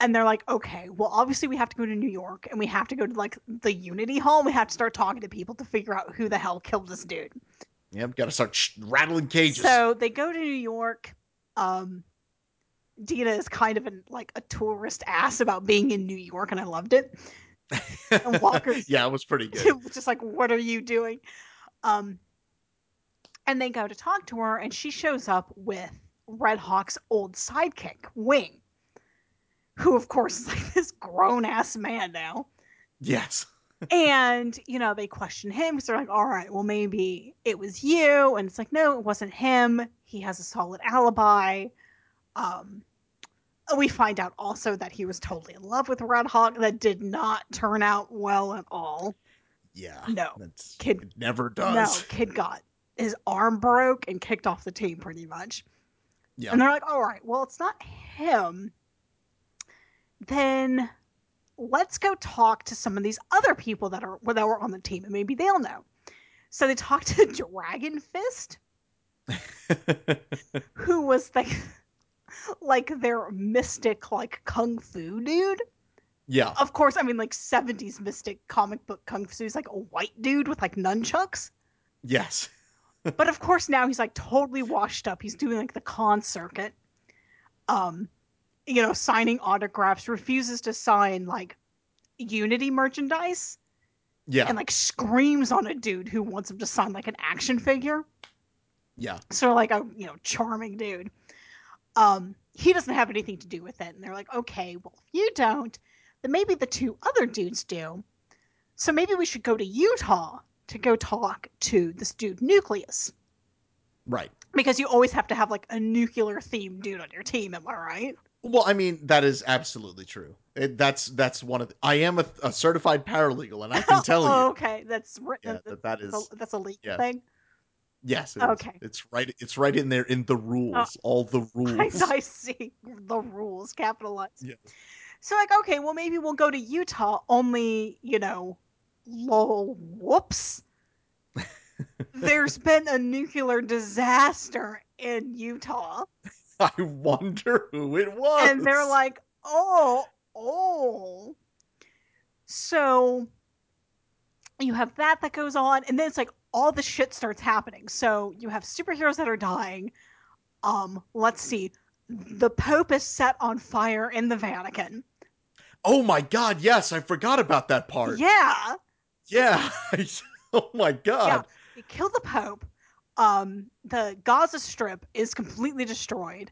Speaker 2: And they're like, okay, well, obviously we have to go to New York and we have to go to like the Unity Hall. and We have to start talking to people to figure out who the hell killed this dude.
Speaker 1: Yep. Got to start sh- rattling cages.
Speaker 2: So they go to New York. Um, Dina is kind of an, like a tourist ass about being in New York, and I loved it. and walkers.
Speaker 1: yeah, it was pretty good.
Speaker 2: Just like, what are you doing? Um, and they go to talk to her, and she shows up with Red Hawk's old sidekick, Wing, who, of course, is like this grown ass man now
Speaker 1: Yes.
Speaker 2: and you know they question him because they're like all right well maybe it was you and it's like no it wasn't him he has a solid alibi um we find out also that he was totally in love with red hawk that did not turn out well at all
Speaker 1: Yeah.
Speaker 2: No.
Speaker 1: That's,
Speaker 2: Kid-
Speaker 1: it never
Speaker 2: no
Speaker 1: does.
Speaker 2: kid got his arm broke and kicked off the team pretty much
Speaker 1: Yeah.
Speaker 2: and they're like all right well it's not him then let's go talk to some of these other people that are that were on the team and maybe they'll know so they talked to dragon fist who was like like their mystic like kung fu dude
Speaker 1: yeah.
Speaker 2: of course i mean like 70s mystic comic book kung fu is like a white dude with like nunchucks
Speaker 1: Yes.
Speaker 2: but of course now he's like totally washed up he's doing like the con circuit um you know signing autographs refuses to sign like unity merchandise
Speaker 1: Yeah.
Speaker 2: and like screams on a dude who wants him to sign like an action figure
Speaker 1: yeah.
Speaker 2: so like a you know charming dude um he doesn't have anything to do with it and they're like okay well if you don't then maybe the two other dudes do so maybe we should go to utah to go talk to this dude nucleus
Speaker 1: Right.
Speaker 2: because you always have to have like a nuclear themed dude on your team am i right
Speaker 1: Well, I mean, that is absolutely true. It, that's that's one of the, I am a, a certified paralegal, and I can tell
Speaker 2: oh,
Speaker 1: you,
Speaker 2: okay that's written
Speaker 1: yeah, that, that is
Speaker 2: that's, a, that's a legal
Speaker 1: yeah.
Speaker 2: thing
Speaker 1: yes. it is.
Speaker 2: okay. Oh.
Speaker 1: It's right. It's right in there in the rules. all the
Speaker 2: I,
Speaker 1: rules.
Speaker 2: I see the rules capitalized.
Speaker 1: Mm-hmm. Yeah.
Speaker 2: So like, okay, well maybe we'll go to Utah. Only you know, lol. Whoops. There's been a nuclear disaster in Utah,
Speaker 1: I wonder who it was.
Speaker 2: and they're like, oh, oh. So you have that that goes on, and then it's like all the shit starts happening. So you have superheroes that are dying. Um, let's see. The Pope is set on fire in the Vatican.
Speaker 1: oh my god, yes, I forgot about that part.
Speaker 2: Yeah.
Speaker 1: Yeah. oh my god.
Speaker 2: They kill the Pope. Um, the Gaza Strip is completely destroyed.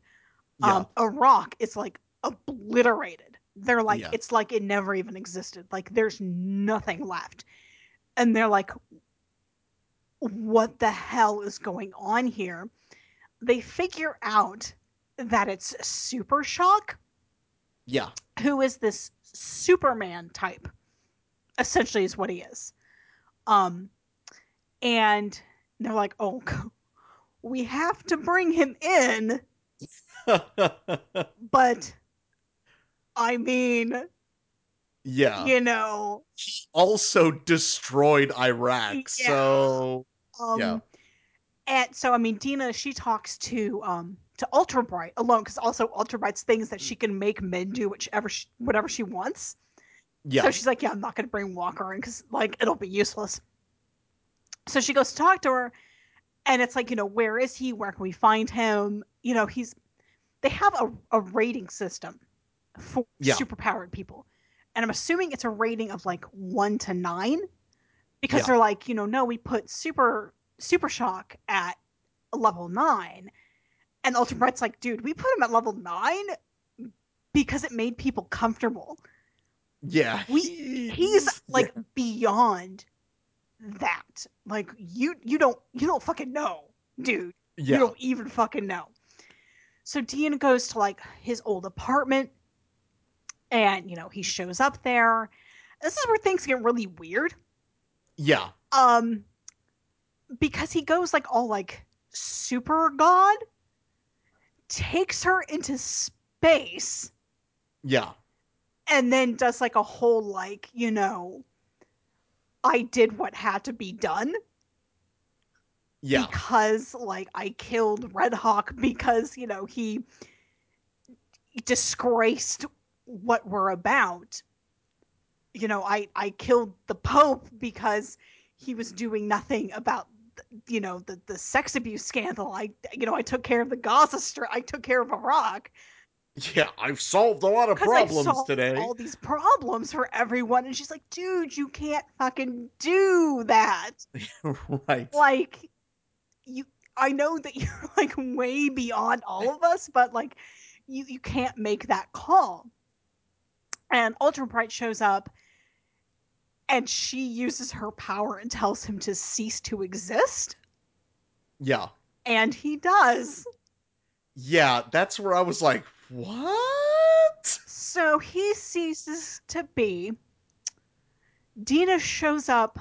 Speaker 1: Yeah.
Speaker 2: Um, Iraq is like obliterated. They're like,
Speaker 1: Yeah.
Speaker 2: it's like it never even existed. Like, there's nothing left. and they're like, what the hell is going on here? They figure out that it's Super Shock,
Speaker 1: Yeah.
Speaker 2: who is this Superman type, essentially, is what he is. Um, and they're like, oh, we have to bring him in, um, but I mean,
Speaker 1: yeah.
Speaker 2: you know,
Speaker 1: Also destroyed Iraq.
Speaker 2: Yeah.
Speaker 1: So
Speaker 2: Um,
Speaker 1: Yeah.
Speaker 2: And so, I mean, Dina, she talks to um to Ultrabright alone because also Ultrabright's things that she can make men do whichever she, whatever she wants.
Speaker 1: yeah.
Speaker 2: So she's like, yeah, I'm not gonna bring Walker in because like it'll be useless. So she goes to talk to her, and it's like, you know, where is he? Where can we find him? You know, he's they have a, a rating system for
Speaker 1: Yeah.
Speaker 2: superpowered people, and I'm assuming it's a rating of like one to nine because
Speaker 1: Yeah.
Speaker 2: they're like, you know, no, we put super super shock at level nine, and Ultra Bright's like, dude, we put him at level nine because it made people comfortable
Speaker 1: yeah.
Speaker 2: we- he's like beyond that like you you don't you don't fucking know dude
Speaker 1: yeah.
Speaker 2: you don't even fucking know so dean goes to like his old apartment and you know he shows up there this is where things get really weird
Speaker 1: yeah.
Speaker 2: um because he goes like all like super god takes her into space
Speaker 1: Yeah.
Speaker 2: and then does like a whole like you know i did what had to be done
Speaker 1: Yeah.
Speaker 2: because like i killed red hawk because you know he disgraced what we're about you know i i killed the pope because he was doing nothing about you know the the sex abuse scandal i you know i took care of the gaza strip i took care of iraq
Speaker 1: Yeah. I've solved a lot of
Speaker 2: because I
Speaker 1: problems
Speaker 2: solved
Speaker 1: today.
Speaker 2: All these problems for everyone, and she's like, "Dude, you can't fucking do that.
Speaker 1: right.
Speaker 2: Like, you, I know that you're like way beyond all of us, but like, you you can't make that call." And Ultra Bright shows up, and she uses her power and tells him to cease to exist,
Speaker 1: Yeah.
Speaker 2: and he does.
Speaker 1: Yeah. That's where I was like, what?
Speaker 2: So he ceases to be. Dina shows up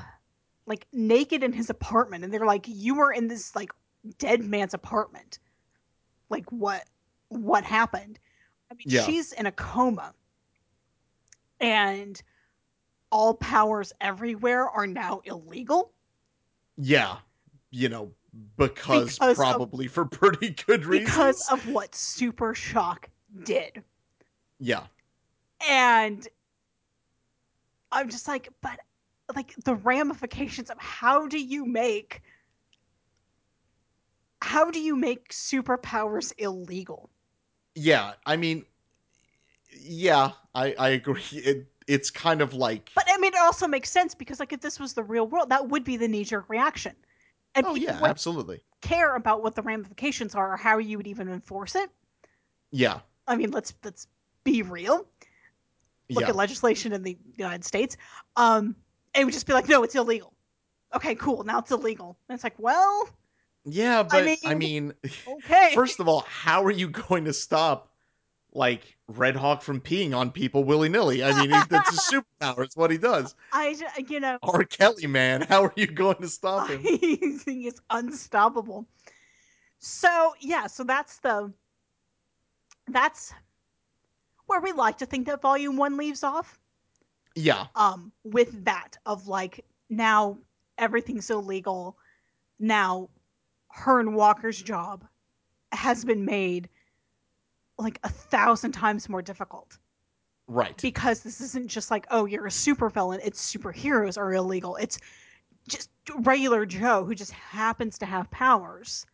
Speaker 2: like naked in his apartment and they're like you were in this like dead man's apartment. Like what what happened? I mean
Speaker 1: Yeah.
Speaker 2: she's in a coma. And all powers everywhere are now illegal.
Speaker 1: Yeah. You know, because,
Speaker 2: Because of-
Speaker 1: probably for pretty good reasons.
Speaker 2: Because of what Super Shock did.
Speaker 1: yeah.
Speaker 2: and i'm just like but like the ramifications of how do you make how do you make superpowers illegal
Speaker 1: Yeah. I mean, yeah, I, I agree. It, it's kind of like,
Speaker 2: but i mean it also makes sense because like if this was the real world that would be the knee-jerk reaction and
Speaker 1: oh,
Speaker 2: people
Speaker 1: yeah,
Speaker 2: wouldn't
Speaker 1: absolutely.
Speaker 2: care about what the ramifications are or how you would even enforce it
Speaker 1: Yeah.
Speaker 2: i mean let's let's be real look
Speaker 1: Yeah.
Speaker 2: at legislation in the United States, um, it would just be like, no, it's illegal. Okay, cool. Now it's illegal. And it's like, well,
Speaker 1: yeah. But I mean,
Speaker 2: okay.
Speaker 1: first of all, how are you going to stop? Like Red Hawk from peeing on people willy nilly. I mean, he- that's his superpower. It's what he does.
Speaker 2: I, ju- you know,
Speaker 1: R. Kelly, man, how are you going to stop him?
Speaker 2: he's he's unstoppable. So yeah, so that's the that's where we like to think that Volume One leaves off.
Speaker 1: Yeah,
Speaker 2: um with that of like now everything's illegal now her and walker's job has been made like a thousand times more difficult
Speaker 1: right.
Speaker 2: because this isn't just like oh you're a supervillain it's superheroes are illegal it's just regular joe who just happens to have powers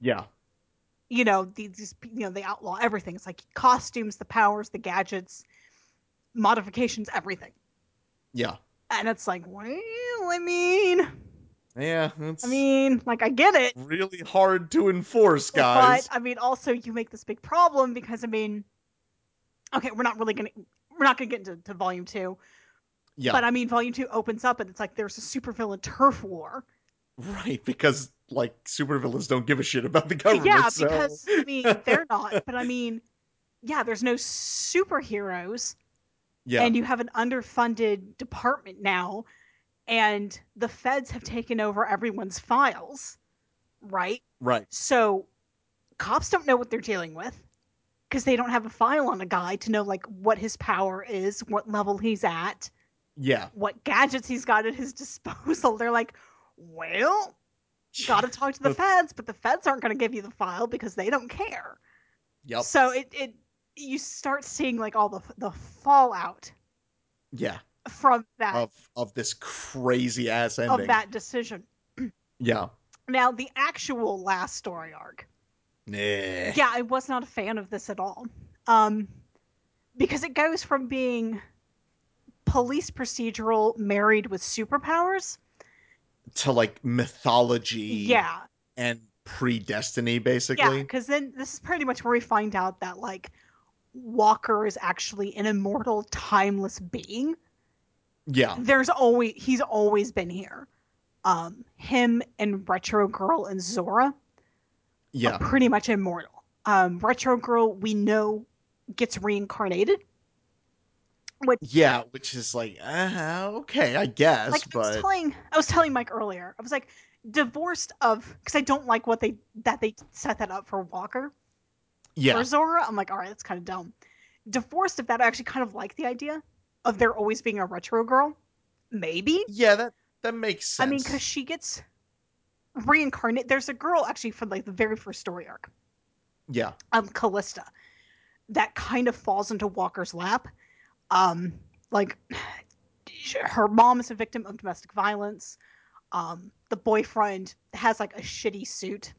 Speaker 1: Yeah,
Speaker 2: you know these, these you know they outlaw everything it's like costumes the powers the gadgets modifications everything
Speaker 1: yeah,
Speaker 2: and it's like well i mean
Speaker 1: yeah. It's
Speaker 2: I mean, like I get it,
Speaker 1: really hard to enforce, guys.
Speaker 2: but I mean, also you make this big problem because I mean, okay, we're not really gonna we're not gonna get into to volume two,
Speaker 1: Yeah.
Speaker 2: But I mean, Volume Two opens up and it's like there's a supervillain turf war.
Speaker 1: right, because like supervillains don't give a shit about the government.
Speaker 2: yeah,
Speaker 1: so-
Speaker 2: because I mean they're not. But I mean, yeah, there's no superheroes,
Speaker 1: yeah,
Speaker 2: and you have an underfunded department now, and the feds have taken over everyone's files, right?
Speaker 1: right,
Speaker 2: So cops don't know what they're dealing with because they don't have a file on a guy to know like what his power is, what level he's at,
Speaker 1: yeah,
Speaker 2: what gadgets he's got at his disposal. They're like, well, gotta talk to the
Speaker 1: The-
Speaker 2: feds, but the feds aren't gonna give you the file because they don't care.
Speaker 1: yep,
Speaker 2: So it, it you start seeing like all the the fallout
Speaker 1: yeah,
Speaker 2: from that
Speaker 1: of of this crazy ass ending.
Speaker 2: of that decision.
Speaker 1: Yeah,
Speaker 2: Now the actual last story arc.
Speaker 1: nah.
Speaker 2: yeah, I was not a fan of this at all. Um, because it goes from being police procedural married with superpowers.
Speaker 1: to like mythology.
Speaker 2: Yeah.
Speaker 1: and predestiny
Speaker 2: Yeah.
Speaker 1: E, basically.
Speaker 2: Because then this is pretty much where we find out that, like, Walker is actually an immortal, timeless being.
Speaker 1: Yeah,
Speaker 2: There's always, he's always been here. Um, him and Retro Girl and Zora
Speaker 1: yeah,
Speaker 2: are pretty much immortal. Um, Retro Girl, we know, gets reincarnated.
Speaker 1: yeah. Which is like, uh, okay, I guess,
Speaker 2: like I was
Speaker 1: but
Speaker 2: telling I was telling Mike earlier. I was like divorced of because I don't like what they that they set that up for Walker
Speaker 1: yeah,
Speaker 2: for Zora. I'm like, all right, that's kind of dumb. Divorced of that, I actually kind of like the idea of there always being a retro girl. Maybe
Speaker 1: yeah. That that makes
Speaker 2: I
Speaker 1: sense.
Speaker 2: mean because she gets reincarnated. There's a girl actually from like the very first story arc,
Speaker 1: yeah,
Speaker 2: um, Callista, that kind of falls into Walker's lap. Um, like her mom is a victim of domestic violence. Um, the boyfriend has like a shitty suit,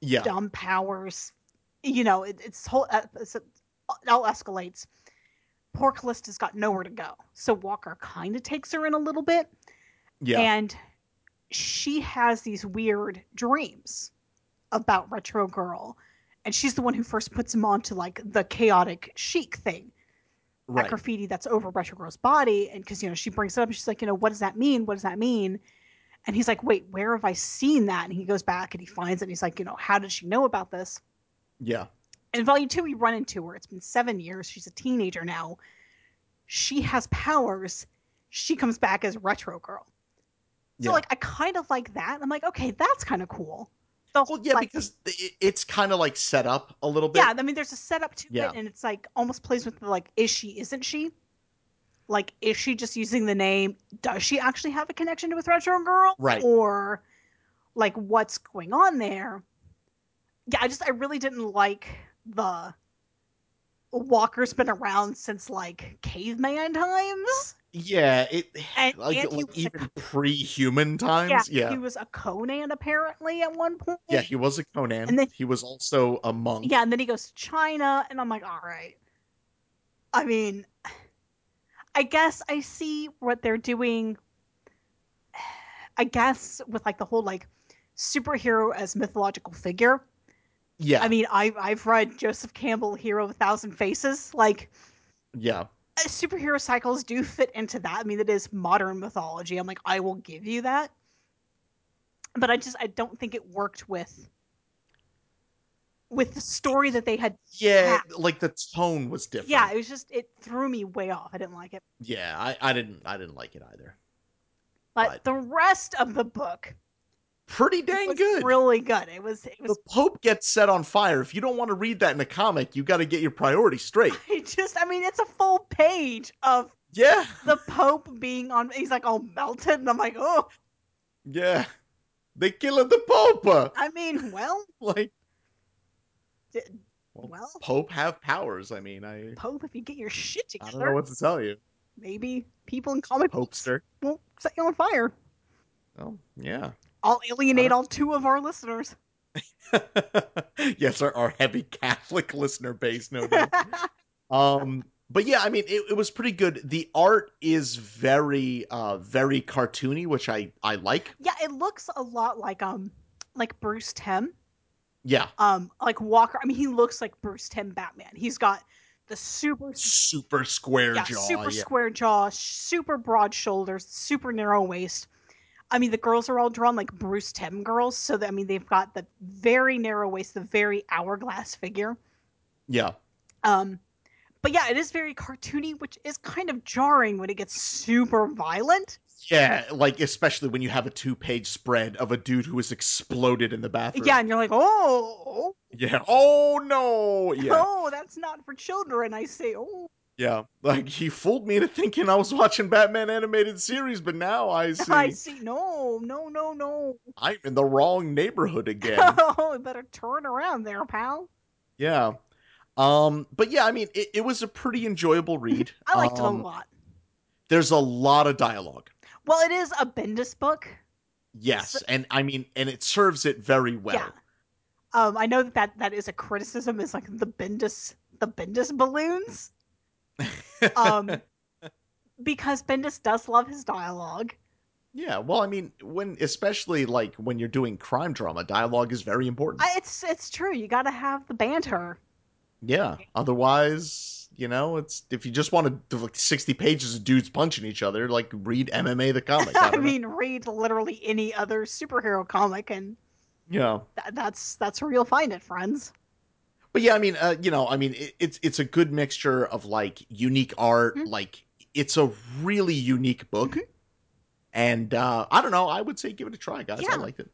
Speaker 1: yeah,
Speaker 2: dumb powers. You know, it, it's whole. uh, It's, it all escalates. Poor Callista's got nowhere to go, so Walker kind of takes her in a little bit,
Speaker 1: yeah,
Speaker 2: and she has these weird dreams about Retro Girl, and she's the one who first puts him onto like the chaotic chic thing that
Speaker 1: right,
Speaker 2: graffiti that's over Retro Girl's body. And because, you know, she brings it up, she's like, you know, what does that mean? What does that mean? And he's like, wait, where have I seen that? And he goes back and he finds it. And he's like, you know, how did she know about this?
Speaker 1: yeah,
Speaker 2: In volume two, we run into her. It's been seven years. She's a teenager now. She has powers. She comes back as Retro Girl.
Speaker 1: yeah.
Speaker 2: So, like, I kind of like that. I'm like, okay, that's kind of cool. The
Speaker 1: well, yeah,
Speaker 2: like-
Speaker 1: because it, it's kind of like set up a little bit.
Speaker 2: yeah, I mean, there's a setup to
Speaker 1: Yeah.
Speaker 2: it, and it's like almost plays with the, like, is she, isn't she? Like, is she just using the name? Does she actually have a connection with Retro Girl?
Speaker 1: Right.
Speaker 2: Or, like, what's going on there? Yeah, I just, I really didn't like the Walker's been around since, like, caveman times.
Speaker 1: Yeah, it
Speaker 2: And-
Speaker 1: like,
Speaker 2: and he
Speaker 1: like
Speaker 2: was a
Speaker 1: even pre-human times. Yeah,
Speaker 2: He was a Conan, apparently, at one point.
Speaker 1: yeah, he was a Conan.
Speaker 2: And then-
Speaker 1: he was also a monk.
Speaker 2: Yeah, and then he goes to China, and I'm like, all right. I mean, I guess I see what they're doing. I guess with like the whole like superhero as mythological figure.
Speaker 1: yeah,
Speaker 2: I mean, I I've read Joseph Campbell, Hero of a Thousand Faces. Like
Speaker 1: yeah,
Speaker 2: uh, superhero cycles do fit into that. I mean, that is modern mythology. I'm like, I will give you that. But I just I don't think it worked with with the story that they had
Speaker 1: yeah. Like the tone was different.
Speaker 2: Yeah, it was just it threw me way off. I didn't like it.
Speaker 1: yeah. I, I didn't I didn't like it either.
Speaker 2: But
Speaker 1: Right.
Speaker 2: the rest of the book
Speaker 1: Pretty dang
Speaker 2: was
Speaker 1: good.
Speaker 2: really good. It was it
Speaker 1: the
Speaker 2: was
Speaker 1: Pope gets set on fire. If you don't want to read that in a comic, you got to get your priorities straight.
Speaker 2: it just I mean it's a full page of
Speaker 1: Yeah,
Speaker 2: the Pope being on he's like all melted and I'm like, oh
Speaker 1: yeah. They killing the Pope. uh.
Speaker 2: I mean, well
Speaker 1: Like,
Speaker 2: d-
Speaker 1: well,
Speaker 2: Well.
Speaker 1: Pope have powers. I mean, I
Speaker 2: Pope if you get your shit
Speaker 1: I don't know
Speaker 2: together
Speaker 1: what to tell you,
Speaker 2: maybe people in comic books
Speaker 1: Popester.
Speaker 2: won't set you on fire.
Speaker 1: Oh, yeah.
Speaker 2: I'll alienate
Speaker 1: Huh?
Speaker 2: all two of our listeners.
Speaker 1: yes, our, our heavy Catholic listener base, no doubt. um, but yeah, I mean, it, it was pretty good. The art is very, uh, very cartoony, which I I like.
Speaker 2: yeah, it looks a lot like um like Bruce Timm.
Speaker 1: Yeah,
Speaker 2: um like Walker. I mean, he looks like Bruce Tim Batman. He's got the super
Speaker 1: super square
Speaker 2: yeah,
Speaker 1: jaw.
Speaker 2: super
Speaker 1: yeah.
Speaker 2: square jaw, super broad shoulders, super narrow waist. I mean, the girls are all drawn like Bruce Timm girls, so that, I mean, they've got the very narrow waist, the very hourglass figure.
Speaker 1: yeah.
Speaker 2: Um, but yeah, it is very cartoony, which is kind of jarring when it gets super violent.
Speaker 1: Yeah, like especially when you have a two-page spread of a dude who has exploded in the bathroom.
Speaker 2: Yeah, and you're like, oh,
Speaker 1: Yeah. Oh no. Yeah.
Speaker 2: oh, that's not for children. I say, oh,
Speaker 1: Yeah. Like he fooled me into thinking I was watching Batman animated series, but now I see
Speaker 2: I see, no, no, no, no.
Speaker 1: I'm in the wrong neighborhood again.
Speaker 2: Oh, you better turn around there, pal.
Speaker 1: yeah. Um, but yeah, I mean, it, it was a pretty enjoyable read.
Speaker 2: I liked
Speaker 1: um,
Speaker 2: it a lot.
Speaker 1: There's a lot of dialogue.
Speaker 2: Well, it is a Bendis book.
Speaker 1: Yes,
Speaker 2: So-
Speaker 1: and I mean, and it serves it very well.
Speaker 2: Yeah. Um, I know that, that that is a criticism. Is like the Bendis the Bendis balloons. Um, because Bendis does love his dialogue.
Speaker 1: Yeah, well, I mean, when especially like when you're doing crime drama, dialogue is very important.
Speaker 2: I, it's it's true. You got to have the banter.
Speaker 1: yeah, otherwise, you know, it's if you just want to do like 60 pages of dudes punching each other, like read MMA the comic. I,
Speaker 2: I
Speaker 1: don't know.
Speaker 2: mean, read literally any other superhero comic, and
Speaker 1: yeah,
Speaker 2: tha that's that's where you'll find it, friends.
Speaker 1: but yeah, I mean, uh, you know, I mean, it, it's it's a good mixture of like unique art,
Speaker 2: Mhm.
Speaker 1: like it's a really unique book,
Speaker 2: Mm-hmm.
Speaker 1: and uh, I don't know, I would say give it a try, guys.
Speaker 2: Yeah.
Speaker 1: I liked it.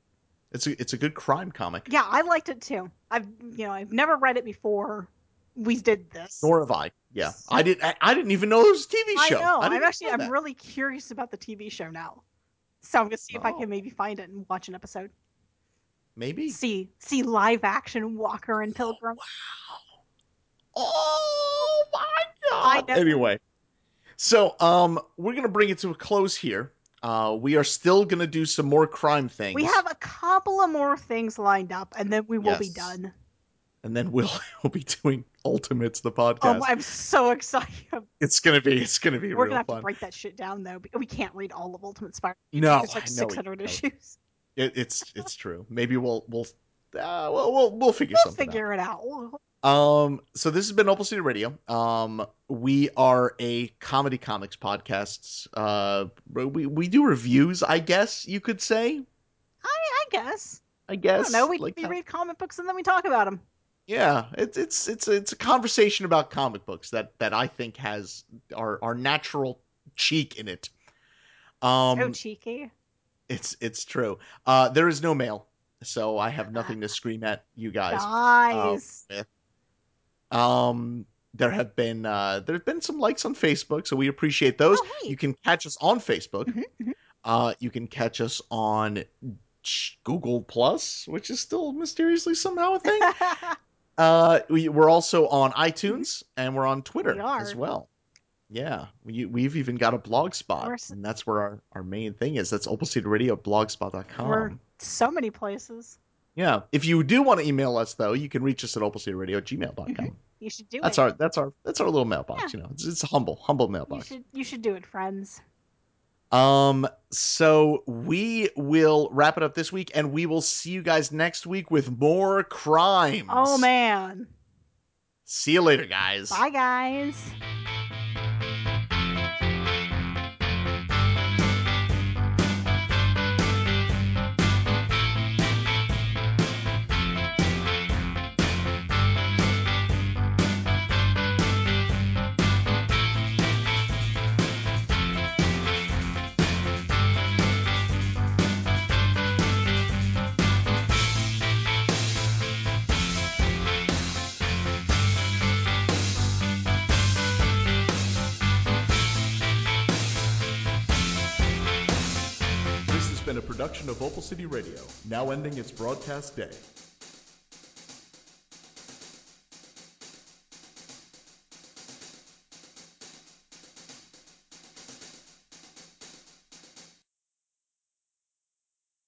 Speaker 1: It's a it's a good crime comic.
Speaker 2: Yeah, I liked it too. I've you know I've never read it before. We did this.
Speaker 1: Nor have I. Yeah, I did. I, I didn't even know it was a TV
Speaker 2: I
Speaker 1: show.
Speaker 2: know.
Speaker 1: didn't
Speaker 2: I'm
Speaker 1: even
Speaker 2: actually
Speaker 1: know
Speaker 2: I'm
Speaker 1: that.
Speaker 2: really curious about the TV show now. So I'm gonna see if I
Speaker 1: Oh.
Speaker 2: can maybe find it and watch an episode.
Speaker 1: maybe.
Speaker 2: See see live action Walker and Pilgrim.
Speaker 1: Oh my
Speaker 2: I
Speaker 1: god!
Speaker 2: know.
Speaker 1: Anyway, so um, we're gonna bring it to a close here. Uh, we are still gonna do some more crime things.
Speaker 2: We have a couple of more things lined up, and then we will be
Speaker 1: Yes.
Speaker 2: done.
Speaker 1: and then we'll we'll be doing Ultimates, the podcast.
Speaker 2: Oh, I'm so excited.
Speaker 1: it's gonna be it's gonna be
Speaker 2: We're
Speaker 1: real
Speaker 2: gonna have
Speaker 1: fun.
Speaker 2: to break that shit down though. because We can't read all of Ultimate Spider.
Speaker 1: no,
Speaker 2: There's like
Speaker 1: I know
Speaker 2: 600
Speaker 1: it,
Speaker 2: issues.
Speaker 1: It, it's it's true. Maybe we'll we'll uh, we'll, we'll we'll figure
Speaker 2: We'll
Speaker 1: something out.
Speaker 2: figure it out. We'll-
Speaker 1: Um, so this has been Opal City Radio. Um, we are a comedy comics podcast. Uh, we we do reviews, I guess you could say.
Speaker 2: I I guess.
Speaker 1: I
Speaker 2: I
Speaker 1: guess.
Speaker 2: don't know. We,
Speaker 1: Like,
Speaker 2: we
Speaker 1: how-
Speaker 2: read comic books and then we talk about them.
Speaker 1: yeah, it's it's it's it's a conversation about comic books that that I think has our our natural cheek in it. Um,
Speaker 2: so cheeky.
Speaker 1: it's it's true. Uh, there is no mail, so I
Speaker 2: Ah.
Speaker 1: have nothing to scream at you guys.
Speaker 2: Nice.
Speaker 1: Um, there have been uh, there have been some likes on Facebook, so we appreciate uh, those.
Speaker 2: Oh, hey.
Speaker 1: You can catch us on Facebook.
Speaker 2: Mhm, mhm.
Speaker 1: Uh, you can catch us on ch- Google Plus, which is still mysteriously somehow a thing. uh, we, we're also on iTunes and we're on Twitter
Speaker 2: We are.
Speaker 1: as well. Yeah, we, we've even got a blog spot,
Speaker 2: We're s-
Speaker 1: and that's where our, our main thing is. That's opalseedradio.blogspot.com.
Speaker 2: We're so many places.
Speaker 1: Yeah. If you do want to email us, though, you can reach us at opalseedradio@gmail.com.
Speaker 2: You should Mm-hmm. do
Speaker 1: That's
Speaker 2: it.
Speaker 1: our that's our that's our little mailbox. You know, it's, it's a humble humble
Speaker 2: You
Speaker 1: mailbox.
Speaker 2: should you should do it, friends.
Speaker 1: Um, so we will wrap it up this week, and we will see you guys next week with more crimes.
Speaker 2: Oh man.
Speaker 1: See you later, guys.
Speaker 2: Bye guys.
Speaker 1: This has been a production of Opal City Radio. Now ending its broadcast day.